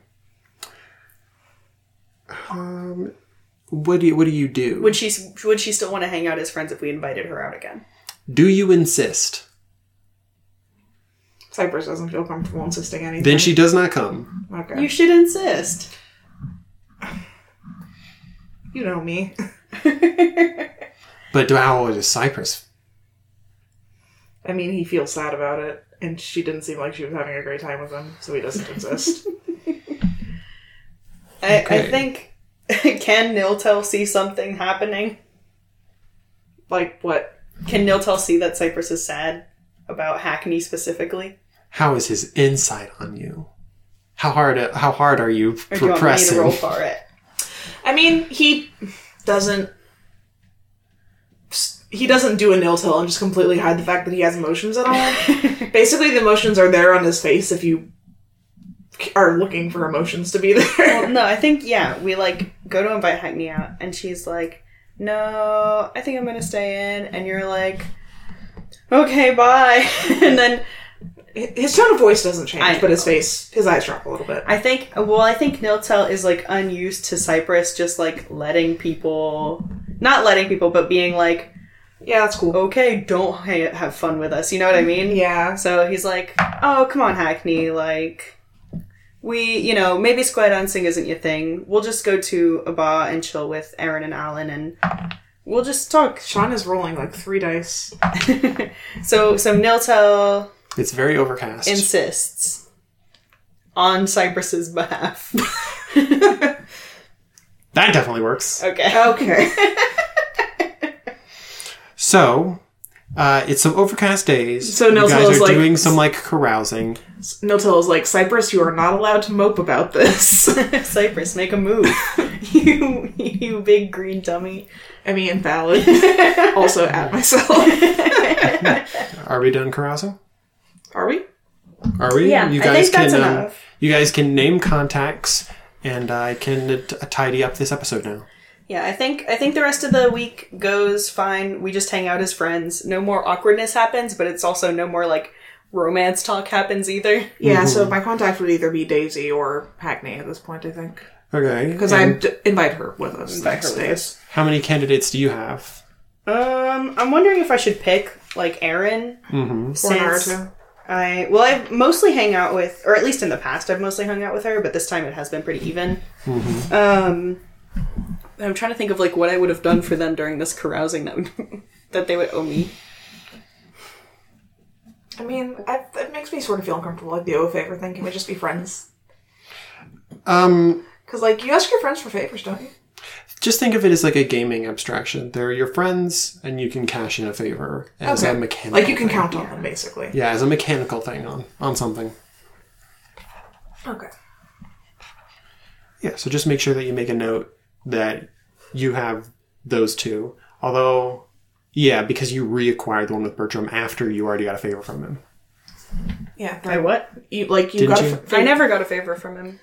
Speaker 1: What do you, what do you do?
Speaker 2: Would she would she still want to hang out as friends if we invited her out again?
Speaker 1: do you insist?
Speaker 3: Cypress doesn't feel comfortable insisting anything.
Speaker 1: Then she does not come.
Speaker 3: okay.
Speaker 2: You
Speaker 3: You,
Speaker 2: should insist.
Speaker 3: know me. [laughs]
Speaker 1: But how does Cypress?
Speaker 3: I mean, he feels sad about it, and she didn't seem like she was having a great time with him, so he doesn't insist.
Speaker 2: I, I
Speaker 1: Okay.
Speaker 2: think [laughs] can Niltel see something happening?
Speaker 3: Like what?
Speaker 2: Can Niltel see that Cypress is sad about Hackney specifically?
Speaker 1: How is his insight on you? How hard how hard are you
Speaker 2: Or do you want me to
Speaker 1: repressing?
Speaker 2: roll for it?
Speaker 3: I mean, he doesn't. He doesn't do a nil till and just completely hide the fact that he has emotions at
Speaker 2: [laughs]
Speaker 3: all. Basically, the emotions are there on his face if you are looking for emotions to be there.
Speaker 2: Well, no, I think yeah, we like go to invite Hackney out, and she's like, "No, I think I'm gonna stay in," and you're like, "Okay, bye." [laughs] and then
Speaker 3: his tone of voice doesn't change,
Speaker 2: I
Speaker 3: but his face, his eyes drop a little bit.
Speaker 2: I think, well, I think Niltel is like unused to Cyprus, just like letting people, not letting people, but being like,
Speaker 3: yeah, that's cool.
Speaker 2: "Okay, don't ha- have fun with us." You know what I mean?
Speaker 3: Yeah.
Speaker 2: So he's like, "Oh, come on, Hackney, like." We, you know, maybe square dancing isn't your thing. We'll just go to a bar and chill with Aaron and Alan, and we'll just talk
Speaker 3: Sean is rolling like three dice.
Speaker 2: So so Niltel
Speaker 1: It's very overcast.
Speaker 2: insists on Cypress's behalf. [laughs]
Speaker 1: that definitely works.
Speaker 2: okay. [laughs]
Speaker 3: Okay. [laughs]
Speaker 1: So, uh, it's some overcast days.
Speaker 3: So
Speaker 1: you
Speaker 3: Nelson
Speaker 1: guys
Speaker 3: was
Speaker 1: are
Speaker 3: like-
Speaker 1: doing some like carousing.
Speaker 3: nil till is like Cypress. You are not allowed to mope
Speaker 2: [laughs]
Speaker 3: about this.
Speaker 2: Cypress, make a move. [laughs] you you big green dummy.
Speaker 3: I mean, valid. also,
Speaker 2: [laughs]
Speaker 3: at myself.
Speaker 1: Are we done carousing?
Speaker 3: Are we?
Speaker 1: Are we?
Speaker 2: Yeah,
Speaker 1: you
Speaker 2: I think that's
Speaker 1: um,
Speaker 2: enough.
Speaker 1: you guys can name contacts, and I can uh, t- tidy up this episode now.
Speaker 2: Yeah, I think I think the rest of the week goes fine. We just hang out as friends. No more awkwardness happens, but it's also no more like romance talk happens either. [laughs]
Speaker 3: Yeah,
Speaker 1: Mm-hmm.
Speaker 3: so my contact would either be Daisy or Hackney at this point, I think.
Speaker 1: Okay.
Speaker 3: Because
Speaker 1: and
Speaker 3: I d- invite her with us the
Speaker 2: Invite her
Speaker 3: next
Speaker 2: with
Speaker 3: days.
Speaker 1: How many candidates do you have?
Speaker 2: Um, I'm wondering if I should pick like Aaron
Speaker 1: Mm-hmm.
Speaker 3: Or
Speaker 2: since
Speaker 3: Naruto.
Speaker 2: I well, I mostly hang out with, or at least in the past, I've mostly hung out with her, but this time it has been pretty even. Um, but I'm trying to think of like what I would have done for them during this carousing that would, [laughs] that they would owe me.
Speaker 3: I mean, I, it makes me sort of feel uncomfortable. Like the owe a favor thing. Can we just be friends?
Speaker 1: Um,
Speaker 3: Because like you ask your friends for favors, don't you?
Speaker 1: just think of it as like a gaming abstraction. They're your friends, and you can cash in a favor as a mechanical.
Speaker 3: Like you can
Speaker 1: thing.
Speaker 3: count on them basically.
Speaker 1: Yeah, as a mechanical thing on on something.
Speaker 3: Okay.
Speaker 1: Yeah, so just make sure that you make a note that you have those two. Although, yeah, because you reacquired the one with Bertram after you already got a favor from him.
Speaker 3: Yeah.
Speaker 2: I what?
Speaker 3: You like you
Speaker 1: Didn't
Speaker 3: got.
Speaker 1: you?
Speaker 3: A f-
Speaker 2: I never got a favor from him.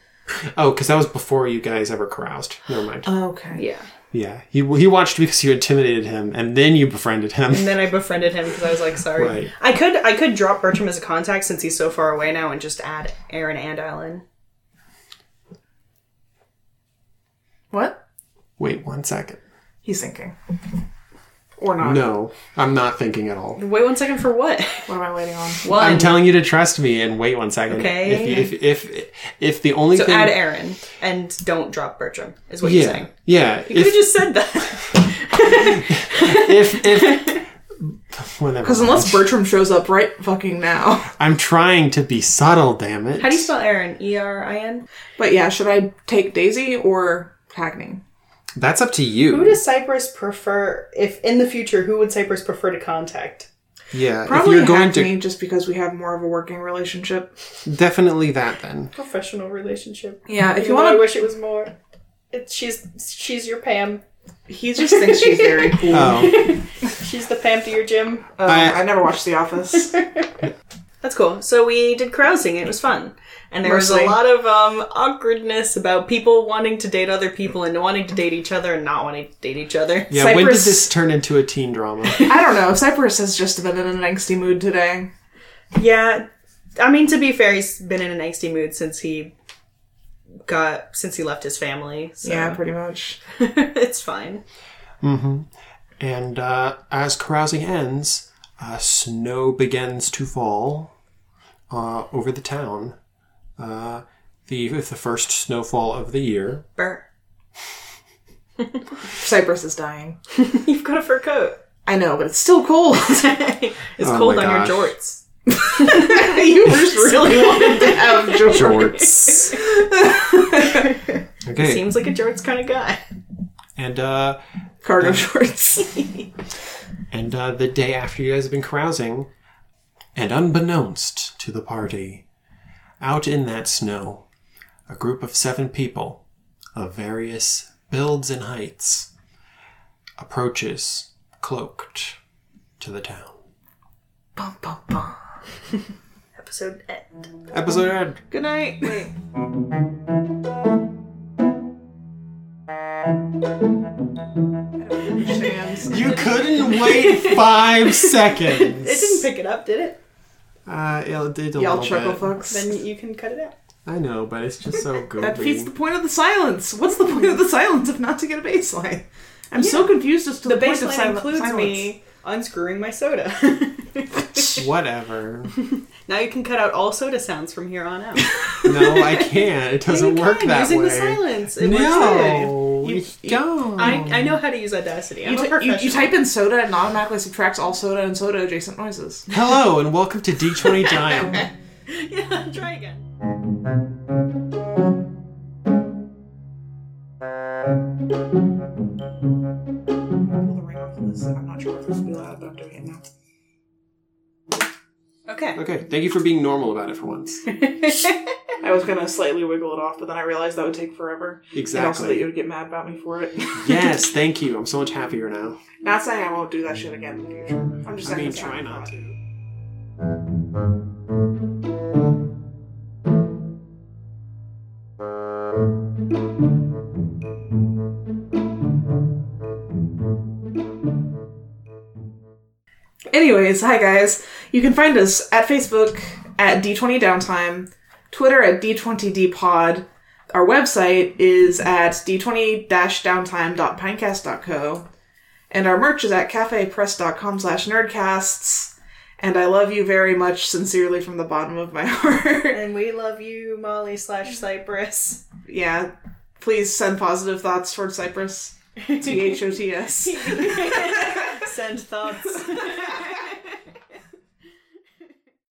Speaker 1: Oh, because that was before you guys ever caroused. Never mind.
Speaker 3: Okay.
Speaker 2: Yeah,
Speaker 1: Yeah, he he watched because you intimidated him, and then you befriended
Speaker 2: and
Speaker 1: him.
Speaker 2: then I befriended him because I was like, sorry,
Speaker 1: Right.
Speaker 2: I could I could drop Bertram as a contact since he's so far away now and just add Aaron and Alan.
Speaker 3: What?
Speaker 1: Wait one second.
Speaker 3: He's thinking. Or not.
Speaker 1: No, I'm not thinking at all.
Speaker 2: Wait one second for what?
Speaker 3: What am I waiting on?
Speaker 2: One.
Speaker 1: I'm telling you to trust me and wait one second.
Speaker 2: Okay.
Speaker 1: If if if, if the only
Speaker 2: so
Speaker 1: thing
Speaker 2: add Aaron and don't drop Bertram is what you're
Speaker 1: yeah
Speaker 2: saying.
Speaker 1: yeah
Speaker 2: You could have
Speaker 1: if,
Speaker 2: just said that.
Speaker 1: [laughs]
Speaker 2: [laughs]
Speaker 1: if if
Speaker 2: [laughs]
Speaker 1: whatever.
Speaker 3: Because unless Bertram shows up right fucking now. [laughs]
Speaker 1: I'm trying to be subtle, damn it.
Speaker 2: How do you spell Aaron? E R I N.
Speaker 3: But yeah, should I take Daisy or Cagney?
Speaker 1: That's up to
Speaker 2: Who
Speaker 1: you.
Speaker 2: does Cypress prefer? If in the future, who would Cypress prefer to contact?
Speaker 1: Yeah,
Speaker 3: Probably
Speaker 1: if you're going
Speaker 3: Hackney, just because we have more of a working relationship.
Speaker 1: to definitely that then.
Speaker 2: Professional relationship.
Speaker 3: Yeah, if you
Speaker 2: I
Speaker 3: want
Speaker 2: wish it was more. It's she's she's your Pam.
Speaker 3: to, he just thinks she's [laughs] very cool.
Speaker 2: [laughs]
Speaker 1: Oh,
Speaker 2: She's the Pam to your Jim.
Speaker 3: Uh,
Speaker 1: I-
Speaker 3: I never watched The Office.
Speaker 2: That's cool. So we did carousing. It was fun, and there was
Speaker 3: Mostly.
Speaker 2: a lot of um, awkwardness about people wanting to date other people and wanting to date each other and not wanting to date each other.
Speaker 1: yeah. When did
Speaker 3: Cypress-
Speaker 1: this turn into a teen drama?
Speaker 3: I don't know. Cypress has just been in an angsty mood today.
Speaker 2: Yeah, I mean to be fair, he's been in an angsty mood since he got since he left his family. So
Speaker 3: Yeah, pretty much.
Speaker 2: [laughs] it's fine.
Speaker 1: And uh, as carousing ends, uh, snow begins to fall uh, over the town. Uh, the the first snowfall of the year.
Speaker 2: Burr. [laughs]
Speaker 3: Cypress is dying.
Speaker 2: You've got a fur coat. [laughs]
Speaker 3: I know, but it's still cold.
Speaker 2: it's
Speaker 1: Oh
Speaker 2: cold
Speaker 1: my
Speaker 2: on your
Speaker 1: gosh. [laughs]
Speaker 2: jorts. [laughs]
Speaker 3: you just really wanted to have George.
Speaker 1: Jorts. [laughs] okay.
Speaker 2: Seems like a jorts kind of guy.
Speaker 1: and uh,
Speaker 3: [laughs] cargo shorts.
Speaker 1: and uh, the day after you guys have been carousing, and unbeknownst to the party, out in that snow, a group of seven people of various builds and heights approaches cloaked to the town.
Speaker 3: [laughs] bum, bum, bum.
Speaker 5: Episode end.
Speaker 1: Episode end.
Speaker 3: Good night. Wait.
Speaker 1: You couldn't wait five seconds.
Speaker 2: It didn't pick it up, did it?
Speaker 1: Uh, it did a
Speaker 3: Y'all
Speaker 1: little
Speaker 3: chuckle
Speaker 1: bit.
Speaker 3: fucks.
Speaker 2: Then you can cut it out.
Speaker 1: I know, but it's just so good.
Speaker 3: That defeats the point of the silence. What's the point of the silence if not to get a baseline? I'm so confused as to the,
Speaker 2: The
Speaker 3: point of
Speaker 2: baseline
Speaker 3: sil-
Speaker 2: includes
Speaker 3: silence.
Speaker 2: me unscrewing my soda. [laughs]
Speaker 1: Whatever.
Speaker 2: now you can cut out all soda sounds from here on out.
Speaker 1: No, I can't. It doesn't
Speaker 2: You
Speaker 1: work
Speaker 2: can,
Speaker 1: that
Speaker 2: using
Speaker 1: way.
Speaker 2: the silence. It works that way.
Speaker 1: no,
Speaker 3: You-
Speaker 1: you, don't.
Speaker 2: I, I know how to use Audacity. I'm
Speaker 3: You,
Speaker 2: a
Speaker 3: t- you,
Speaker 2: professional.
Speaker 3: you type in soda and it automatically subtracts all soda and soda adjacent noises.
Speaker 1: Hello and welcome to D20 Dime.
Speaker 2: [laughs] yeah, try again.
Speaker 3: I'm not sure if this will be loud, but I'm doing it now.
Speaker 2: Okay.
Speaker 1: Okay, thank you for being normal about it for once.
Speaker 3: I was gonna slightly wiggle it off, but then I realized that would take forever. And also that
Speaker 1: Exactly.
Speaker 3: you would get mad about me for [laughs] it.
Speaker 1: Yes, thank you. I'm so much happier now.
Speaker 3: not saying I won't do that shit again in the future. I'm just
Speaker 1: I
Speaker 3: saying
Speaker 1: mean,
Speaker 3: it's
Speaker 1: try not to.
Speaker 3: Anyways, hi guys. You can find us at Facebook at D20 Downtime, Twitter at D20D Pod. Our website is at d20-downtime.pinecast.co. And our merch is at cafepress.com slash nerdcasts. And I love you very much, sincerely, from the bottom of my [laughs] heart.
Speaker 2: And we love you, Molly slash Cypress.
Speaker 3: yeah. Please send positive thoughts towards Cyprus. T H O T S.
Speaker 2: Send thoughts.